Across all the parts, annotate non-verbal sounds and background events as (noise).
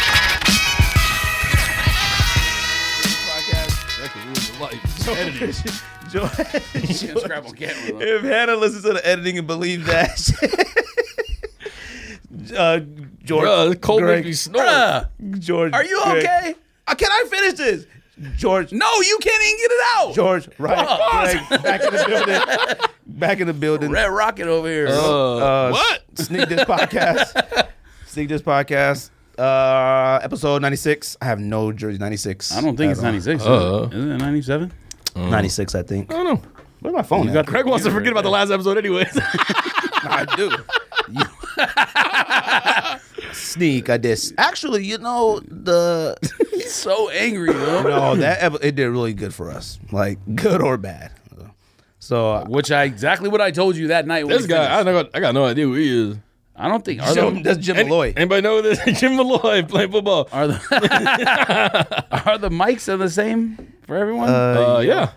(laughs) (laughs) Joy, Can't scrabble cat with if Hannah listens to the editing and believes that, (laughs) uh, George, Bruh, Cole Greg- make me snort. Bruh, George, Are you Greg- okay? Uh, can I finish this? George, No, you can't even get it out. George, right? Fuck. Greg, back in the building. Back in the building. Red Rocket over here. Uh, what? Sneak this (laughs) podcast. Sneak this podcast. Uh, episode ninety six. I have no jersey. Ninety six. I don't think it's 96. Uh. Isn't it 97? Ninety six. I think. I don't know. Where's my phone? at? Greg wants to forget about the last episode, (laughs) anyways. I do. (laughs) Sneak. I did. Actually, you know the He's so (laughs) angry, bro. no that epi- it did really good for us. Like good or bad. So uh, Which I exactly what I told you that night. when this we guy, I, finished. know, I got no idea who he is. I don't think are Jim, the, that's Jim Any- Malloy. Anybody know this? (laughs) Jim Malloy playing football. are the (laughs) are the mics are the same for everyone. Uh, yeah.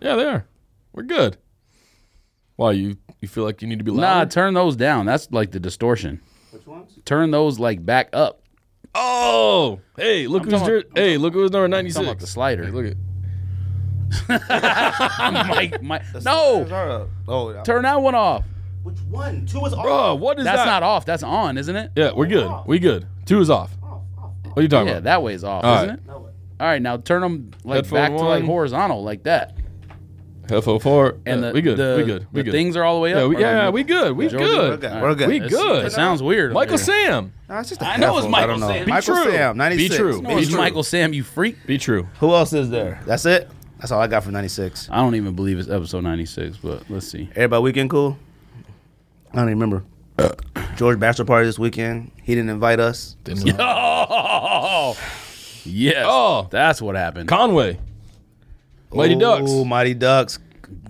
Yeah, they are. We're good. Why you you feel like you need to be nah, loud? turn those down. That's like the distortion. Turn those like back up. oh, hey, look who's talking jer- hey, look who's number ninety Talking about the six. slider. Hey, look at (laughs) Mike, Mike. No, Oh, yeah. turn that one off. which one? Two is off. bro, what is That's that? not off. That's on, isn't it? yeah, we're good. We good. Two is off. What are you talking Yeah, about? that way is off, All isn't right. it? All right, now turn them like Headphone back to like one. horizontal, like that. FO four. And yeah, the we good. the, we good. We the good. things are all the way up. yeah, we, or- yeah, we good. We Jordan, good. Okay, All we're right. good. We It's- good. It sounds weird. over Michael here. Sam. Nah, it's just a I know it's handful. Michael I don't know. Sam. Be Michael true. Sam, Be 96. true. No, it's Be true. Michael Sam, you freak. Be true. Who else is there? That's it? That's all I got for 96. I don't even believe it's episode 96, but let's see. Everybody weekend cool? I don't even remember. George bachelor party this weekend. He didn't invite us. (laughs) Oh, yes. Oh. that's what happened. Conway. Mighty Ooh, Ducks. Mighty Ducks.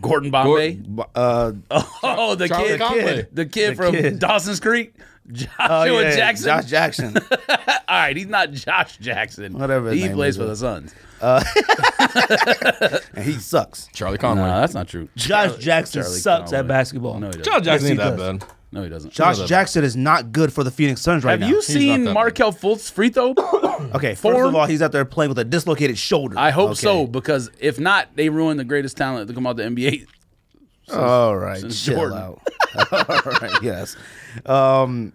Gordon Bombay. B- Uh, (laughs) oh, the Charlie kid, Conway. the kid The from kid. Dawson's Creek. (laughs) Joshua oh, yeah, Jackson. Josh (laughs) Jackson. All right, he's not Josh Jackson. Whatever his He name is, plays for uh, the Suns. and he sucks. Charlie Conway. No, that's not true. (laughs) Josh Jackson Charlie sucks Conway. at basketball. No, he doesn't. Charlie Jackson Yes, ain't he that does. bad. no, he doesn't. Josh that- Jackson is not good for the Phoenix Suns right Have now. you not seen that Markel Fultz free throw? (laughs) Hmm. okay, first Form? of all, he's out there playing with a dislocated shoulder. I hope Okay. so because if not, they ruin the greatest talent to come out the NBA. All right, since chill Jordan. out. (laughs) all right, yes. Um,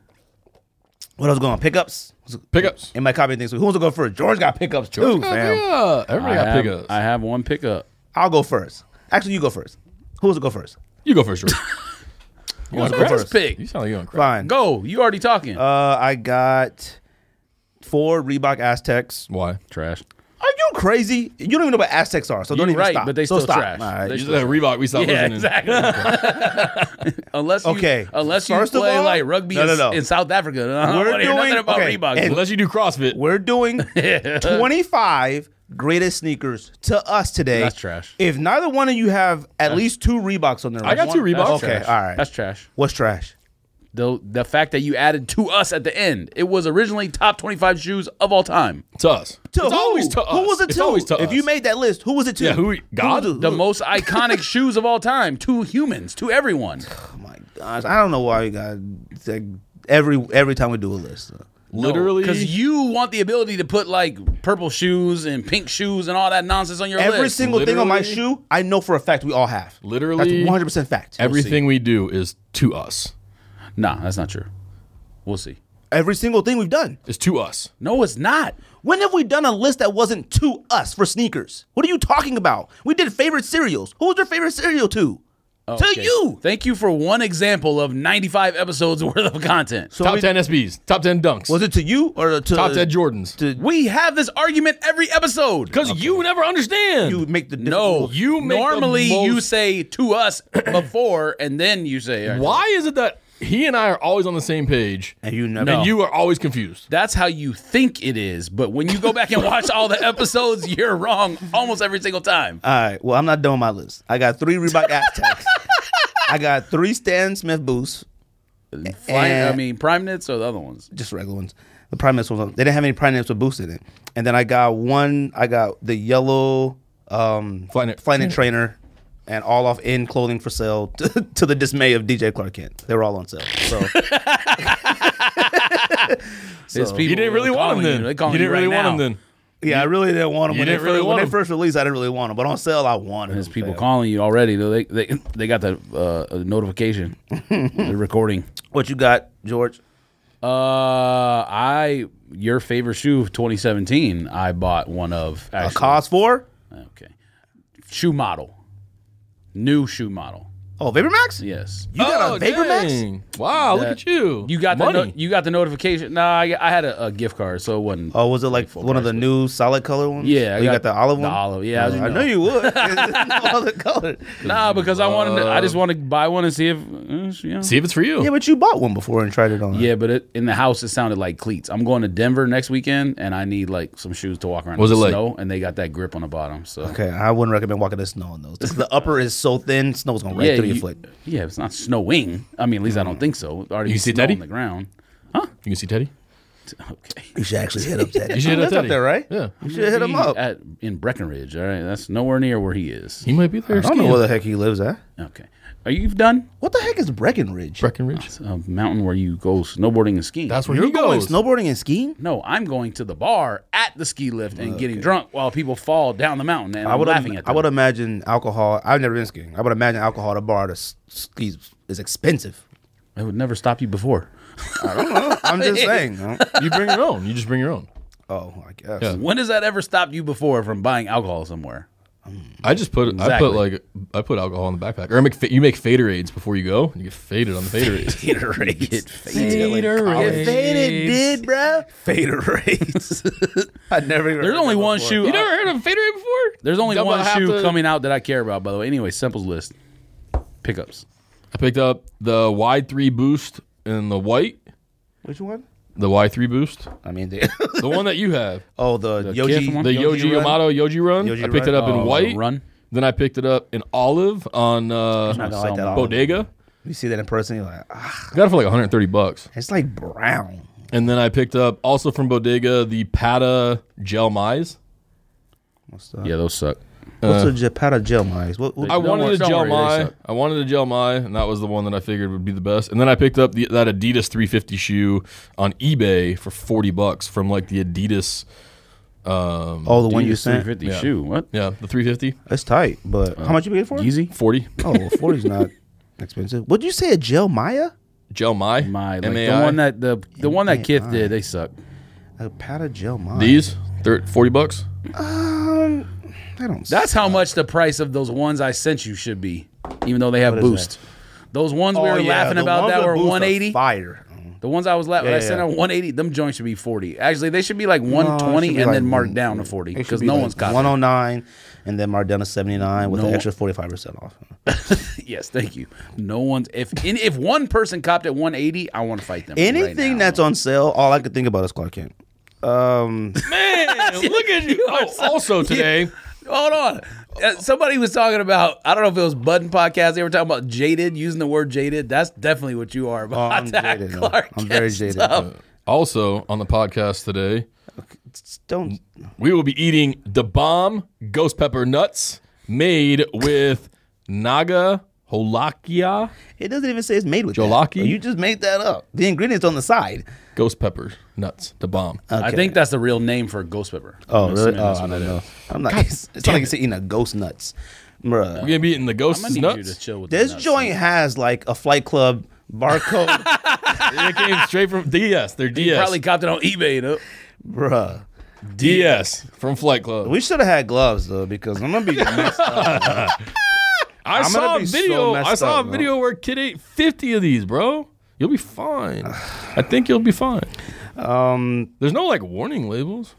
what else going on? Pickups. Pickups. Am I copying things? Who wants to go first? George got pickups too, fam. Yeah, I everybody got have, pickups. I have one pickup. I'll go first. Actually, you go first. Who wants to go first? you go first. Rick. Who wants to go first? First, pick. you sound like you're on crack. Fine. Go. You already talking. Uh, I got four Reebok Aztecs. Why? Trash. Are you crazy? You don't even know what Aztecs are, so don't You're even right, stop. but they so still stop. trash. All right. They- You said Reebok. We stopped (laughs) Yeah, listening. exactly. (laughs) unless you, Okay. unless you First of play all- like rugby No, no, in- no. in South Africa, (laughs) I don't We're wanna hear nothing doing- about okay, Reebok. and- Unless you do CrossFit. (laughs) (laughs) We're doing 25 greatest sneakers to us today. That's trash. If neither one of you have at least two Reeboks on their, I got list- two Reeboks. That's Okay, trash. all right. That's trash. What's trash? The the fact that you added to us at the end, it was originally top twenty five shoes of all time. It's us. To it's who? always to us. Who was it to? It's always to if us. you made that list, who was it to? Yeah, who- God? was it- The (laughs) most iconic shoes of all time to humans, to everyone. Oh my gosh, I don't know why we got it's like, every every time we do a list. though. literally Because you want the ability to put like purple shoes and pink shoes and all that nonsense on your Every list. single thing on my literally- shoe, I know for a fact we all have. Literally- that's one hundred percent fact. everything we do is to us. nah, that's not true. We'll see. every single thing we've done. It's to us. No, it's not. When have we done a list that wasn't to us for sneakers? What are you talking about? We did favorite cereals. Who was your favorite cereal to? To Okay. you. Thank you for one example of 95 episodes (laughs) worth of content. So top we- ten SBs. Top ten dunks. Was it to you or to top ten Jordans. To We have this argument every episode. Because you never understand. you make the No, difficult- You make the normally you most- say to us before, and then you say "All right." Why is it that he and I are always on the same page, and you never. and you are always confused? That's how you think it is, but when you go back and watch all the episodes, you're wrong almost every single time. All right. Well, I'm not done with my list. I got three (laughs) Reebok Aztecs. I got three Stan Smith boots, Flying, I and- mean, prime knits or the other ones. just regular ones. The Prime Minister ones. They didn't have any Prime Minister boots in it. And then I got one. I got the yellow um, Flyknit. trainer and all off in clothing for sale (laughs) to, to the dismay of DJ Clark Kent. They were all on sale. So His people You didn't really are want calling him then. They're calling you didn't really right want him now. then. Yeah, I really didn't want them You when, they didn't really first, when want they 'em. first released. I didn't really want them, but on sale, I wanted. There's them, people fam. calling you already. Though they they they got the uh, notification. (laughs) They're recording. What you got, George? Uh, I your favorite shoe of 2017. I bought one of A actually. cause for? Okay, shoe model, new shoe model. Oh, Vapor Max? Yes, You got a Vapor Max? Oh, dang. Wow, look That- at you. you got the no, money. you got the notification. Nah, I, I had a, a gift card, so it wasn't. Oh, was it like one of the new solid color ones? Yeah, I Oh, you got, the olive one. The olive, yeah. how'd you I know? knew you would. (laughs) It's no other color. Nah, because I wanted. To, I just want to buy one and see if. Uh, you know. See if it's for you. Yeah, but you bought one before and tried it on. Yeah, but it, in the house it sounded like cleats. I'm going to Denver next weekend, and I need like some shoes to walk around. Was it in the like- snow? And they got that grip on the bottom. So Okay, I wouldn't recommend walking in snow in those. 'Cause The upper is so thin, snow's gonna right yeah, through you- your foot. Mm. yeah, it's not snowing. I mean, at least I don't think so. It's Already You see snow Teddy? on the ground. (laughs) You can see Teddy. Okay, You should actually hit up Teddy. You should hit up That's Teddy. there, right? Yeah. You should hit him He's up. I at in Breckenridge. All right, that's nowhere near where he is. He might be there. I don't know where the heck he lives at. Okay, are you done? What the heck is Breckenridge? Breckenridge. It's a mountain where you go snowboarding and skiing. That's where You're he going goes. snowboarding and skiing? no, I'm going to the bar at the ski lift and getting drunk while people fall down the mountain and I I am would laughing at I them. would imagine alcohol. I've never been skiing. I would imagine alcohol at a bar to s- ski is expensive. (laughs) I would never stop you before. I'm just saying. huh? you bring your own. You just bring your own. Oh, I guess. Yeah. When has that ever stopped you before from buying alcohol somewhere? I just put I Exactly. put like I put alcohol in the backpack. Or I make fa- you make faderades before you go. and You get faded on the (laughs) faderades. Gatorade. Get It faded, did bro. Fader rates. (laughs) I never. Even There's only one shoe. uh, You never heard of faderade before? There's only Double one half shoe the- coming out that I care about, by the way. Anyway, Simple's list. Pickups. I picked up the Y three boost and the white. Which one? The Y three boost. I mean, (laughs) the, The one that you have. oh, the, Kith Yoji. one? The Yoji Yoji Run? Yamato Yoji Run. Yoji I picked Run? it up in Oh, white. Run. Then I picked it up in olive on I uh, don't like that. olive. Bodega. You see that in person, you're like, ah, Got it for like 130 bucks. it's like brown. And then I picked up also from Bodega the Pata Gel Mize. What's that? Yeah, Uh, those suck. What's a Japata gel mice? What, what, I Don't worry- wanted a don't Gel worry, they Mai. suck. I wanted a Gel Mai, and that was the one that I figured would be the best. And then I picked up the, that Adidas 350 shoe on eBay for 40 bucks from like the Adidas. Um, oh, the one you Adidas sent. 350 shoe. What? yeah, the 350, It's tight, but how much you paid for it? Uh, Yeezy? 40 Oh, well, 40's not (laughs) expensive. Would you say a gel Maya? Gel Mai. My like the MAI. one that the the one that Kith did, they suck. A pat of gel Maya. these thir- 40 bucks. Um, I don't. That's how much the price of those ones I sent you should be, even though they have What is boost. Those ones Oh, we were yeah, laughing the about ones that with were boost are 180. Fire. The ones I was laughing, I Yeah, sent yeah. out 180. Them joints should be 40. Actually, they should be like 120 should and be like- then marked down to 40 It should because be no like one's caught. 109, and then marked down to 79 with No. an extra 45 percent off. Yes, thank you. No one's if any, if one person copped at 180, I want to fight them. right Anything now. that's on sale, all I could think about is Clark Kent. Um, Man, look at you. Oh, (laughs) also today, hold on. Uh, somebody was talking about I don't know if it was Button podcast. They were talking about jaded using the word jaded. That's definitely what you are. About Oh, I'm that jaded, though. Clark I'm very Kent jaded, stuff. also on the podcast today, don't we will be eating the bomb ghost pepper nuts made with naga holakia It doesn't even say it's made with Jolaki? That. You just made that up. The ingredients on the side. ghost pepper nuts. The bomb. I think that's the real name for ghost pepper. Oh, I'm really? assuming Oh, that's I what don't that know. is. I'm not. It's not like it's eating a ghost nuts, We're bruh. gonna be eating the I'm ghost gonna need you to nuts. chill with This the nuts. joint has like a Flight Club (laughs) barcode, They came straight (laughs) from DS. They're DS. Probably copped it on eBay. Though. bruh. DS from Flight Club. We should have had gloves though, because I'm (laughs) gonna be messed up. I I'm saw gonna a be so video. I messed saw up, a bro. video where kid ate fifty of these, bro. You'll be (sighs) fine. I think you'll be fine. Um, There's no like warning labels.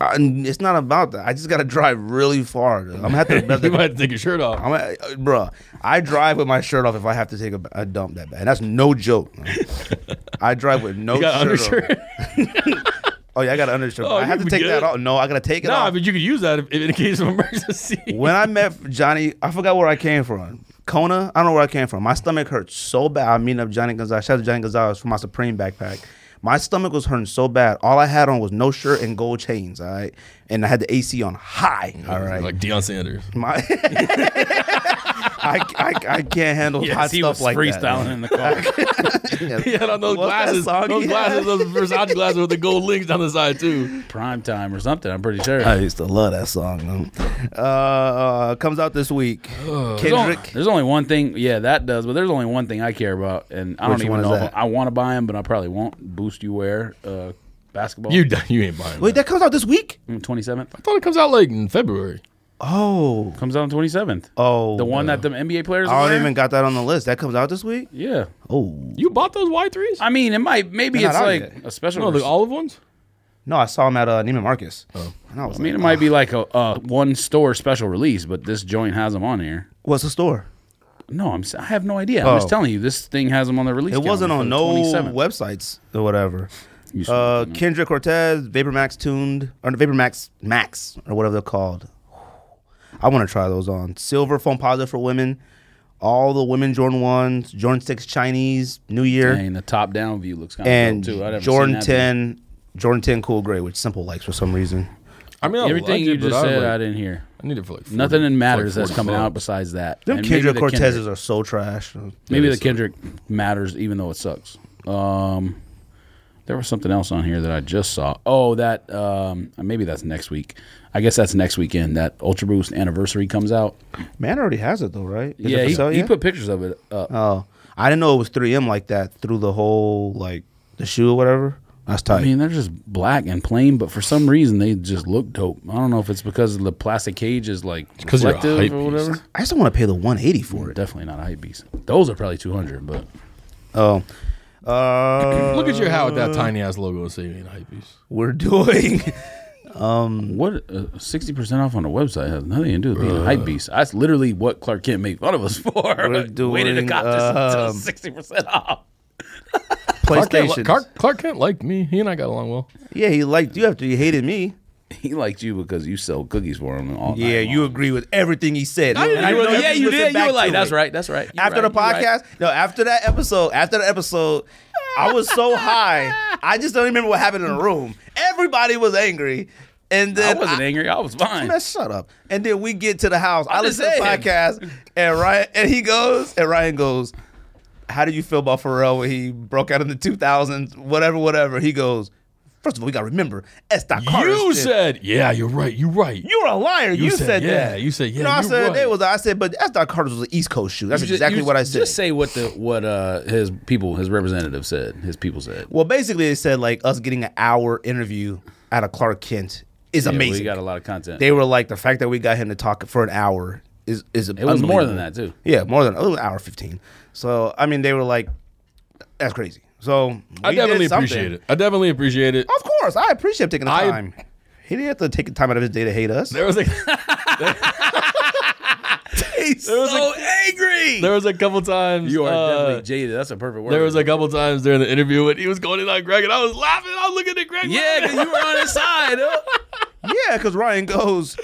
I, it's not about that. I just gotta drive really far. though. I'm gonna have to. (laughs) You might have to take your shirt off. I'm gonna, uh, bruh, I drive with my shirt off if I have to take a, a dump that bad. That's no joke. (laughs) I drive with no You got shirt. on. undershirt. Oh yeah, I got an undershirt. Oh, I have you to take good? that off. No, I gotta take it nah, off. but you could use that if, if in case of (laughs) emergency. when I met Johnny, I forgot where I came from. Kona, I don't know where I came from. My stomach hurt so bad. I meeting up Johnny Gonzalez. Shout out to Johnny Gonzalez for my Supreme backpack. My stomach was hurting so bad. All I had on was no shirt and gold chains. (laughs) All right, and I had the AC on high. All right, Like Deion Sanders. my (laughs) I, I, I can't handle hot Yes, he stuff was like (laughs) freestyling that. in the car. He had on those What's that glasses, song those he glasses, had? those Versace glasses with the gold links down the side too. Prime time or something. I'm pretty sure. I used to love that song. though. Uh, uh, comes out this week. There's only, Kendrick. there's only one thing, yeah, that does. But there's only one thing I care about, and I Which don't one even is know. if that? I want to buy him, but I probably won't. Boost you wear uh, (laughs) basketball. You you ain't buying. Wait, that. that comes out this week? twenty seventh I thought it comes out like in February. Oh, comes out on twenty seventh. oh. the one that the NBA players. I wear? don't even got that on the list. That comes out this week. Yeah, Oh You bought those Y threes? I mean, it might. Maybe They're it's not out like yet. a special. No, the olive ones. no, I saw him at uh, Neiman Marcus. Oh. And I was I mean, like, it might be like a, a one store special release, but this joint has them on here. what's the store? No, I'm. s- I have no idea. I'm Oh. just telling you, this thing has them on the release. It wasn't on no Web- websites or whatever. You should Uh, Kendrick Cortez, Vapor Max tuned, or Vapor Max Max, or whatever they're called. I want to try those on. Silver foam positive for women. All the women Jordan 1s, Jordan 6 Chinese, New Year. Dang, the top down view looks kind and of cool too. I never seen Jordan that before. 10, Jordan 10 cool gray, which Simple likes for some reason. I mean, I Everything liked you it, but just said, I, I like, didn't hear. I need it for like 40, Nothing that matters like that's coming 40 out besides that. Them And maybe Kendrick the Cortezes Kendrick. are so trash. Maybe Yeah, the so- Kendrick matters, even though it sucks. Um, there was something else on here that I just saw. Oh, that um, maybe that's next week. I guess that's next weekend. That Ultra Boost anniversary comes out. Man already has it though, right? Is it yeah, for he, sale he yet? put pictures of it up. Oh, I didn't know it was 3M like that through the whole like the shoe or whatever. That's tight. I mean, they're just black and plain, but for some reason they just look dope. I don't know if it's because the plastic cage is like 'cause you're a hype reflective or beast. whatever. I just don't want to pay the 180 for it. Definitely not hype beast. Those are probably two hundred, but Oh. Uh, Look at your hat with that tiny ass logo saving hypebeast. we're (laughs) doing What uh, sixty percent off on a website has nothing to do with being a hype beast. That's literally what Clark Kent made fun of us for. (laughs) Waited to doing, cop this until um, (laughs) sixty percent off. Clark Kent, li- PlayStation. Clark, Clark Kent liked me. He and I got along well. yeah, he liked you after you hated me. He liked you because you sold cookies for him and all. Yeah, night you long. agree with everything he said. And I know know, yeah, have to you listen did. You back were like, to "That's it. right, that's right." You're after the right, you're right. podcast, no, after that episode, after the episode, I was (laughs) so high, I just don't remember what happened in the room. Everybody was angry, and I then wasn't angry. I was (laughs) fine. Man, shut up. And then we get to the house. i just listen to the saying. podcast, and Ryan and he goes, and Ryan goes, "How did you feel about Pharrell when he broke out in the 2000s? Whatever, whatever." He goes, first of all, we gotta remember, Esta Carter. You shit. said, yeah, you're right. You're right. you were a liar. You, said, said, yeah. that. You said, yeah, No, I you're said right. it was. I said, but Esta Carter was an East Coast shoe. That's You ju- exactly you what I said. Just say what the what uh his people, his representative said, his people said. Well, basically, it said like us getting an hour interview out of Clark Kent is Yeah, amazing. We got a lot of content. they were like the fact that we got him to talk for an hour is is it was more than that too. Yeah, more than it was an hour fifteen. So I mean, they were like, that's crazy. So I we definitely did something. appreciate it. I definitely appreciate it. Of course, I appreciate taking the I- time. He didn't have to take the time out of his day to hate us. There was a He's was so angry. there was a couple times. You are uh, definitely jaded. That's a perfect word. There was a couple times during the interview when he was going in on Greg, and I was laughing. I was looking at Greg. yeah, because you were on (laughs) his side. Huh? yeah, because Ryan goes.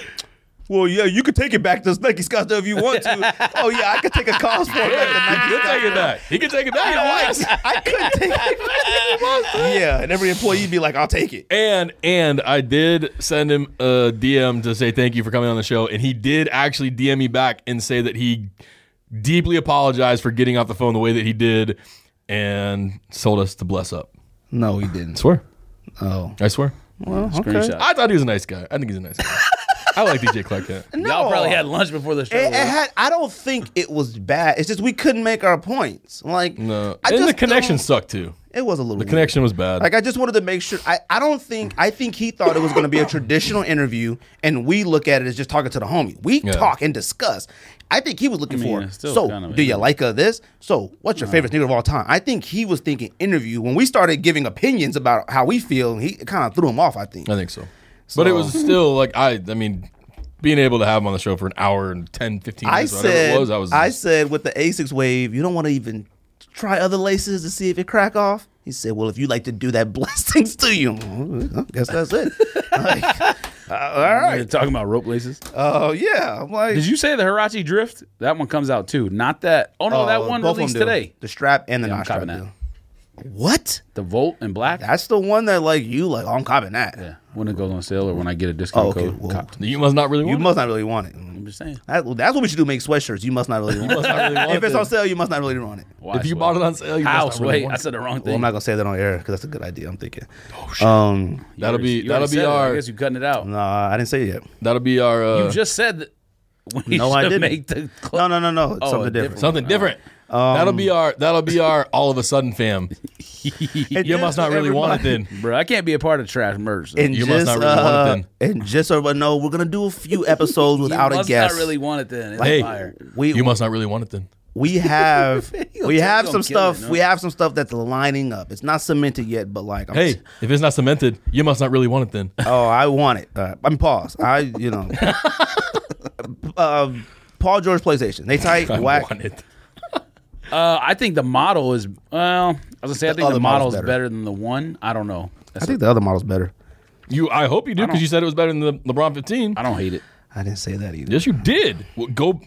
Well, yeah, you could take it back to Nike Scottsdale if you want (laughs) to. oh yeah, I could take a cost for it. back to He'll Nike take it back. He can take it back. Scottsdale. I could take it. back. yeah, and every employee'd be like, "I'll take it." And and I did send him a DM to say thank you for coming on the show, and he did actually DM me back and say that he deeply apologized for getting off the phone the way that he did, and told us to bless up. No, he didn't. Swear, Oh, I swear. well, okay. Screenshot. I thought he was a nice guy. I think he's a (laughs) nice guy. I like DJ Clark Kent. Y'all No. probably had lunch before the show. It, it right? had. I don't think it was bad. It's just we couldn't make our points. Like No, I and the just connection don't- sucked too. It was a little. The weird. connection was bad. Like I just wanted to make sure. I, I don't think. I think he thought it was going to be a traditional interview, and we look at it as just talking to the homie. We Yeah. talk and discuss. I think he was looking mean, for. it's still So, kind of do you an- like uh, this? So, what's your favorite sneaker of all time? I think he was thinking interview. When we started giving opinions about how we feel, he kind of threw him off. I think. I think so. But it was still like I I mean being able to have him on the show for an hour and 10, 15 I minutes, whatever said, it was, I was I said with the Asics wave, you don't want to even try other laces to see if it crack off. He said, well, if you like to do that, (laughs) blessings to you. I guess that's it. Like, uh, all You're right. talking about rope laces. Uh, Oh yeah. I'm like, Did you say the Hirachi Drift? That one comes out too. Not that. Oh no, that uh, one both of released them do. today. The strap and the Yeah, I'm non strap. copping do. What? The Volt in black. That's the one that like you like. Oh, I'm copping that. yeah. When it goes on sale or when I get a discount Oh, okay. code. Well, copped. you must not really You want must not really want it. just saying. That, well, that's what we should do. Make sweatshirts. You must not really want. must not really it. want if it's them. on sale, you must not really want it. Why if you sweat? bought it on sale, you must house, not really wait, want I it. said the wrong Well, thing. I'm not gonna say that on air because that's a good idea. I'm thinking. Oh shit. Um, You That'll already- be- you already that'll be said it. our- I guess you cutting it out. no, I didn't say it yet. That'll be our uh, you just said that. (laughs) We No, I should didn't. Make the No, cl- no, no, no. It's Oh, something a different. something different. that'll be Um, our that'll be our all of a sudden (laughs) fam. And You just must not so really want it everybody- (laughs) then. bro. I can't be a part of trash merch. And You just, must not really uh, want it And just so everybody know, we're gonna do a few episodes without (laughs) you a must guest. not really want it then. It's Hey, fire. we you must not really want it then. (laughs) we have gonna- we you have gonna some kill it, stuff no? we have some stuff that's lining up. It's not cemented yet, but like I'm Hey, if it's not cemented, you must not really want it then. (laughs) Oh, I want it. Uh, I'm pause. I you know. uh, Paul George PlayStation. They (laughs) tight I whack. want it. Uh, I think the model is well. I was gonna say I think other the model model's is better. better. than the one. I don't know. That's I think the other model's better. You, I hope you do because don't- you said it was better than the LeBron 15. I don't hate it. I didn't say that either. Yes, you did. Well, go.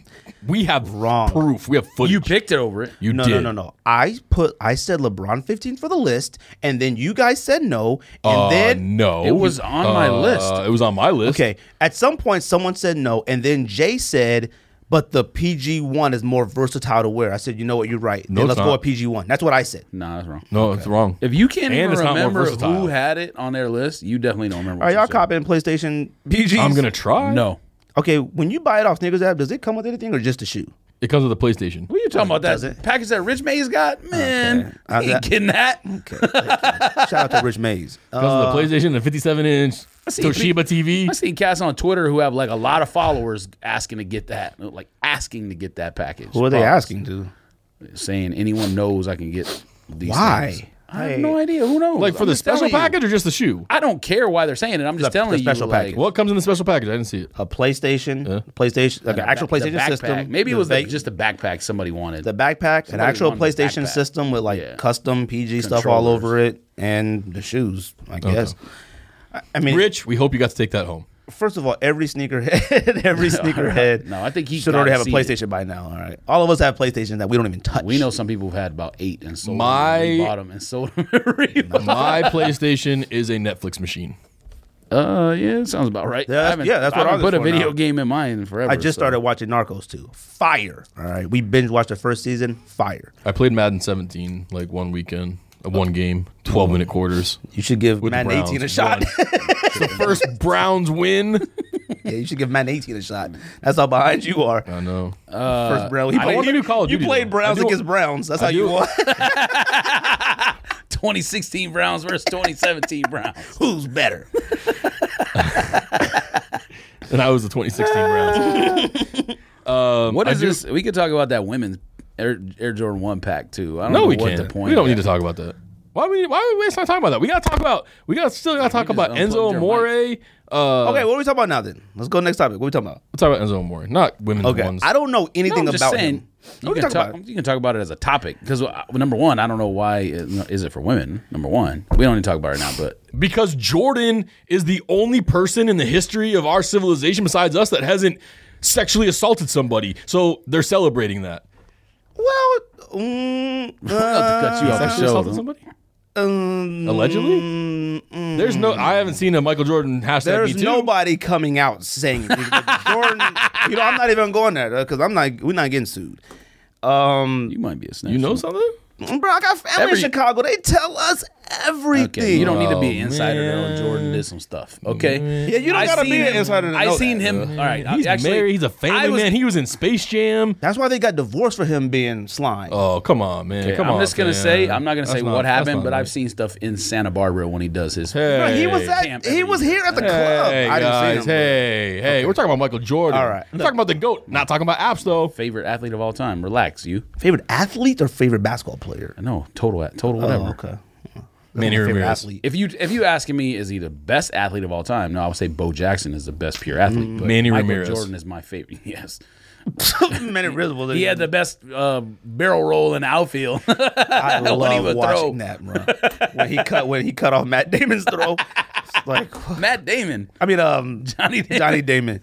We have Wrong. proof. We have footage. You picked it over it. You no, did. no, no, no. I put I said LeBron 15 for the list, and then you guys said no, and Uh, then no, It was on my Uh, list. It was on my list. okay. At some point, someone said no, and then Jay said, "But the PG one is more versatile to wear." I said, "You know what? You're right. No, then it's let's not. go with PG one." That's what I said. Nah, that's wrong. No, it's wrong. If you can't And even it's not more remember who versatile. had it on their list, you definitely don't remember. Are what y'all you said. copying PlayStation PG? I'm gonna try. No. Okay, when you buy it off Sneakers app, does it come with anything or just the (laughs) shoe? it comes with a PlayStation. What are you talking about? That Does it? package that Rich Mays got, man. Uh, I ain't that- getting that. Okay. Shout out to Rich (laughs) Mays. Comes Uh, with a PlayStation and a 57 inch see a Toshiba TV. I seen cats on Twitter who have like a lot of followers asking to get that, like asking to get that package. who are they Promise. asking to? Saying anyone knows I can get these. Why? things. I have Hey. no idea. Who knows? Like for I'm the just telling special you. package or just the shoe? I don't care why they're saying it. I'm just The- telling the you. special like, package. What comes in the special package? I didn't see it. A PlayStation, PlayStation, like an actual the PlayStation backpack. system. Maybe it was the, ba- just the backpack somebody wanted. the backpack, an actual wanted the PlayStation backpack. system with like Yeah. custom PG stuff all Controllers. over it, and the shoes. I guess. I- I mean, Rich, we hope you got to take that (laughs) home. first of all, every sneakerhead, (laughs) every sneakerhead. No, I think he should got already have a seated. PlayStation by now. All right, all of us have PlayStation that we don't even touch. we know some people who've had about eight and sold My- them. and we bought them and (laughs) sold them. every month. My PlayStation is a Netflix machine. uh, yeah, it sounds about right. Yeah, that's- I haven't- yeah, that's I what haven't ours is put a for video now. game in mine in forever. I just so. started watching Narcos too. Fire. All right, we binge watched the first season. Fire. I played Madden 17 like one weekend, uh, one game, 12 minute (laughs) quarters. You should give With the Madden Browns, 18 a shot. won. it's the first Browns win. (laughs) yeah, you should give Madden 18 a shot. That's how behind you are. I know. First Brown. He Uh, I want to do Call of you Duty, played though. Browns I do- against Browns. That's how you do- won. (laughs) 2016 Browns versus 2017 Browns. Who's better? and I was the 2016 Browns. (laughs) um, What I is do- this? We could talk about that women's Air, Air Jordan One pack too. I don't No, know we what can't. the point. we don't is. need to talk about that. Why we? Why are we wasting our time about that? We gotta talk about. We gotta still gotta talk just about Enzo unplugged your Amore. Uh, Okay, what are we talking about now then? Let's go next topic. What are we talking about? let's talk about Enzo Amore, not women's Okay. ones. I don't know No, anything I'm just about saying, him. You What can, are we talk, talking about? you can talk about it as a topic because number one, I don't know why it- is it for women. Number one, we don't need to talk about it now, but because Jordan is the only person in the history of our civilization besides us that hasn't sexually assaulted somebody. So they're celebrating that. Well, (laughs) mm, not uh, to cut you off the Sexually show. assaulted though. somebody? um, mm, Allegedly? There's no. I haven't seen a Michael Jordan hashtag. there's Me Too. nobody coming out saying it. Jordan, you know, I'm not even going there because I'm not. We're not getting sued. Um, You might be a snitch. You know something? bro, I got family Every- in Chicago. They tell us everything. Okay, you don't need to be Oh, an insider to know man. Jordan did some stuff. Okay, Yeah, you don't I gotta be seen an him- insider to I know seen that. him. All right, I- He's actually, married. He's a I family was- man. He was in Space Jam. That's why they got divorced for him being slime. Oh come on, man. Okay, come I'm on. just gonna man. say I'm not gonna say That's not- what that's happened, not but right. I've seen stuff in Santa Barbara when he does his. Bro, he was Camp at, he every was year. here at the club. Hey I didn't guys, see him. hey, hey, we're talking about Michael Jordan. All right. we're talking about the goat. Not talking about apps though. Favorite athlete of all time. Relax, you. Favorite athlete or favorite basketball player? Oh, I know total at total whatever. okay. Manny Favorite Ramirez. athlete. (laughs) If you if you asking me, is he the best athlete of all time? No, I would say Bo Jackson is the best pure athlete. But Manny Michael Ramirez. Jordan is my favorite. (laughs) Yes, Manny Ramirez was. he had the best uh, barrel roll in the outfield. (laughs) I when he love would watching throw. that, bro. when he cut when he cut off Matt Damon's throw, it's like (laughs) Matt Damon, I mean, um, Johnny Damon. Johnny Damon.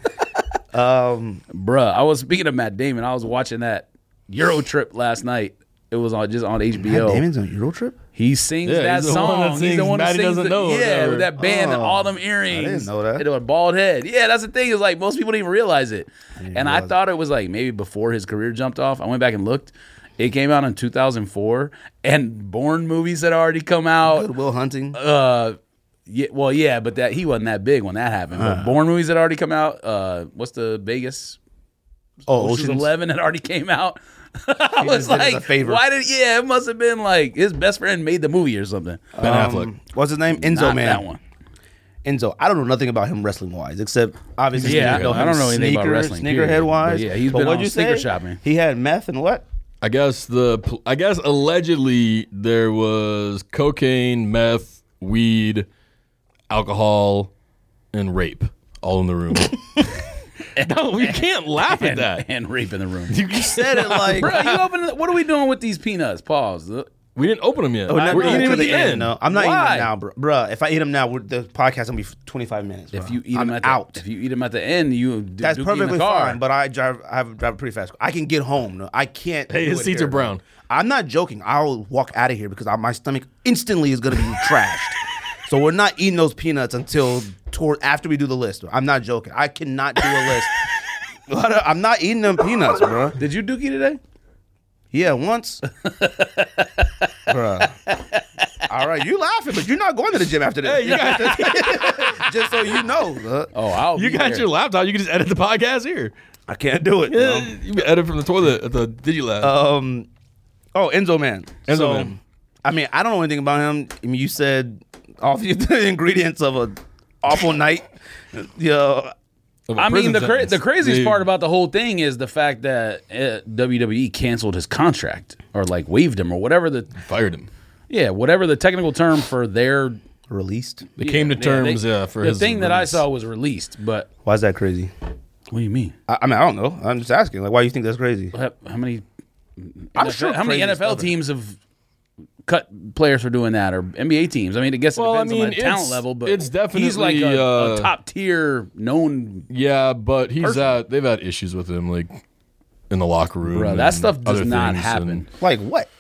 Um, bruh. I was speaking of Matt Damon. I was watching that Euro trip last night. It was on just on Matt HBO. Damon's on Euro Trip. He sings Yeah, that he's the song. one that he's the sings one that Maddie sings Doesn't the, Know or Yeah, whatever. with that band, the Oh, Autumn I Earrings. didn't know that. You know, a bald head. Yeah, that's the thing. It's like most people don't even realize it. And I realize it. thought it was like maybe before his career jumped off. I went back and looked. It came out in 2004, and Bourne movies had already come out. Good Will Hunting. Uh, yeah, well, yeah, but that he wasn't that big when that happened. Uh-huh. But Bourne movies had already come out. Uh, what's the Vegas oh, Ocean's Ocean's Eleven had already came out. (laughs) I just was did it as a like, favor. why did? Yeah, it must have been like his best friend made the movie or something. Ben Affleck. Um, what's his name? Enzo Not man. that one. Enzo. I don't know nothing about him wrestling wise, except obviously Yeah, you know I don't him know anything about wrestling, Sneakerhead period. wise, But yeah, he's been what'd on you say? sneaker shopping. He had meth and what? I guess the pl- I guess allegedly there was cocaine, meth, weed, alcohol, and rape all in the (laughs) room. no, you can't laugh at And, that. and rape in (laughs) the room. You (laughs) said it like Bro, you open. The, what are we doing with these peanuts? Pause. Look. We didn't open them yet. Oh, We're not We're doing it eating them till at the end. No, I'm not eating Why? them now, bro. Bruh, if I eat them now, we're, the podcast gonna be 25 minutes. If bro. you eat Uh, I'm them at out. The, if you eat them at the end, you do, That's dookie in perfectly the car. fine, but I drive. I have drive pretty fast. I can get home. No, I can't. Hey, do his it seats here. are brown. I'm not joking. I'll walk out of here because I, my stomach instantly is gonna (laughs) be trashed. So we're not eating those peanuts until toward after we do the list. I'm not joking. I cannot do a (laughs) list. I'm not eating them peanuts, bro. Did you dookie today? Yeah, (laughs) once. Bruh. All right, you laughing, but you're not going to the gym after this. Hey, you (laughs) got, Just so you know. uh, Oh, I'll. you be Uh, got there. your laptop. You can just edit the podcast here. I can't do it. you (laughs) know? You Uh, can edit from the toilet at the DigiLab. Um, oh, Enzo Man. Enzo so, Man. I mean, I don't know anything about him. I mean, you said all (laughs) the the ingredients of an awful night. (laughs) Yeah, Of a I mean, prison the cra- sentence. the craziest Dude. part about the whole thing is the fact that uh, WWE canceled his contract or like waived him or whatever the fired him. yeah whatever the technical term for their released. They came to Yeah, they- terms uh, for the his thing that I release. saw was released. But Why is that crazy? what do you mean? I, I mean, I don't know. I'm just asking. Like, why you think that's crazy? How, how many? I'm NFL sure how many crazy NFL stuff. teams have cut players for doing that or NBA teams? I mean, I guess it Well, I depends on the mean, talent it's- level, but it's he's like definitely, a, uh, top tier known. Yeah, but he's Person. had they've had issues with him like in the locker room. Bro, and that stuff does Mm, other not things, happen. and- Like, what?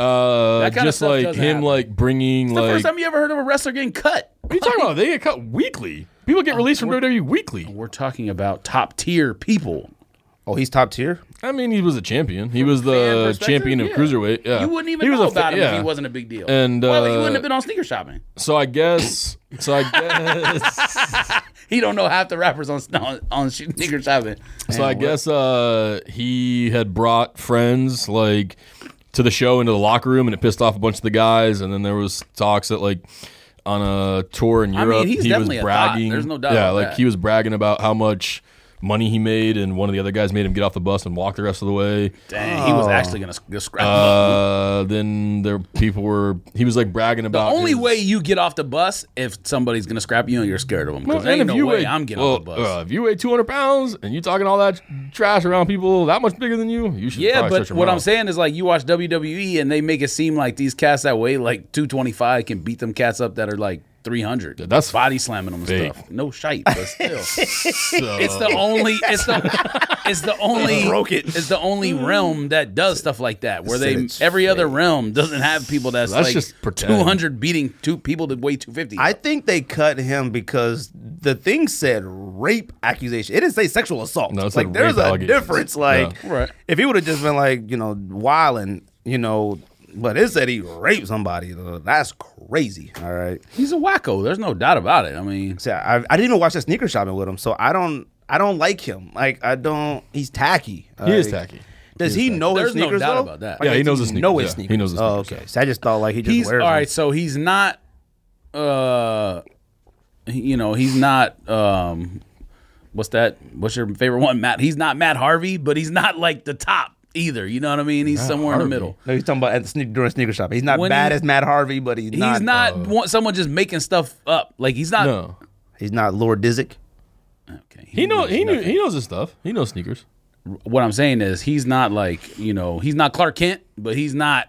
Uh, That kinda just stuff like him, doesn't happen. like bringing the like. first time you ever heard of a wrestler getting cut. what are you (laughs) talking about? They get cut weekly. People get released from WWE weekly. We're talking about top tier people. Oh, he's top tier. I mean, he was a champion. He was Fan the perspective? champion of Yeah. cruiserweight. Yeah, You wouldn't even he was know a fa- about him yeah. if he wasn't a big deal. And, well, he uh, wouldn't have been on sneaker shopping. So I guess. So I (laughs) guess. He don't know half the rappers on (laughs) on, on sneaker shopping. so I guess uh, he had brought friends like to the show into the locker room, and it pissed off a bunch of the guys. And then there was talks that like on a tour in mean, Europe, he's he definitely a was thought. bragging. There's no doubt Yeah, about like that. he was bragging about how much money he made, and one of the other guys made him get off the bus and walk the rest of the way. Dang, he was actually gonna sc- scrap. him. Oh. Uh, then there people were. He was like bragging The about only his- way you get off the bus if somebody's gonna scrap you and you're scared of them. Because and ain't if no you way weigh- I'm getting well, off the bus. uh, if you weigh 200 pounds and you talking all that trash around people that much bigger than you, you should. yeah, probably shut but your what I'm mouth. saying is like you watch WWE and they make it seem like these cats that weigh like 225 can beat them cats up that are like 300. that's body slamming them and fake. stuff. No shite, (laughs) but still. So- It's the only. It's the. It's (laughs) the only. Broke it. It's the only realm that does stuff like that, where they it's every other realm doesn't have people that's, Let's like just pretend. two hundred beating two people that weigh two fifty. I think they cut him because the thing said rape accusation. It didn't say sexual assault. No, it said like there's rape a allegations. difference. Like Yeah. Right. if he would have just been like you know wilding, you know, but it said he raped somebody. though. That's crazy. All right. He's a wacko. There's no doubt about it. I mean, So I, I didn't even watch that sneaker shopping with him, so I don't I don't like him. Like I don't. He's tacky. He is Like, tacky. Does he, know his There's no sneakers? doubt though? about that. Like, Yeah, he does knows his Know sneakers, his yeah. sneakers. He knows his Oh, sneakers, okay. So I just thought like he just he's all wears. them. right. So he's not. Uh, he- you know, he's not. Um, what's that? What's your favorite one, Matt? He's not Matt Harvey, but he's not like the top either. You know what I mean? He's somewhere in Harvey. the middle. No, he's talking about at the sneak, during sneaker shopping. He's not When bad he- as Matt Harvey, but he's, He's not want someone just making stuff up. Like he's not. No, He's not Lord Dizzy. Okay, he knows. He knew. He knows his stuff. He knows sneakers. what I'm saying is he's not like you know he's not Clark Kent, but he's not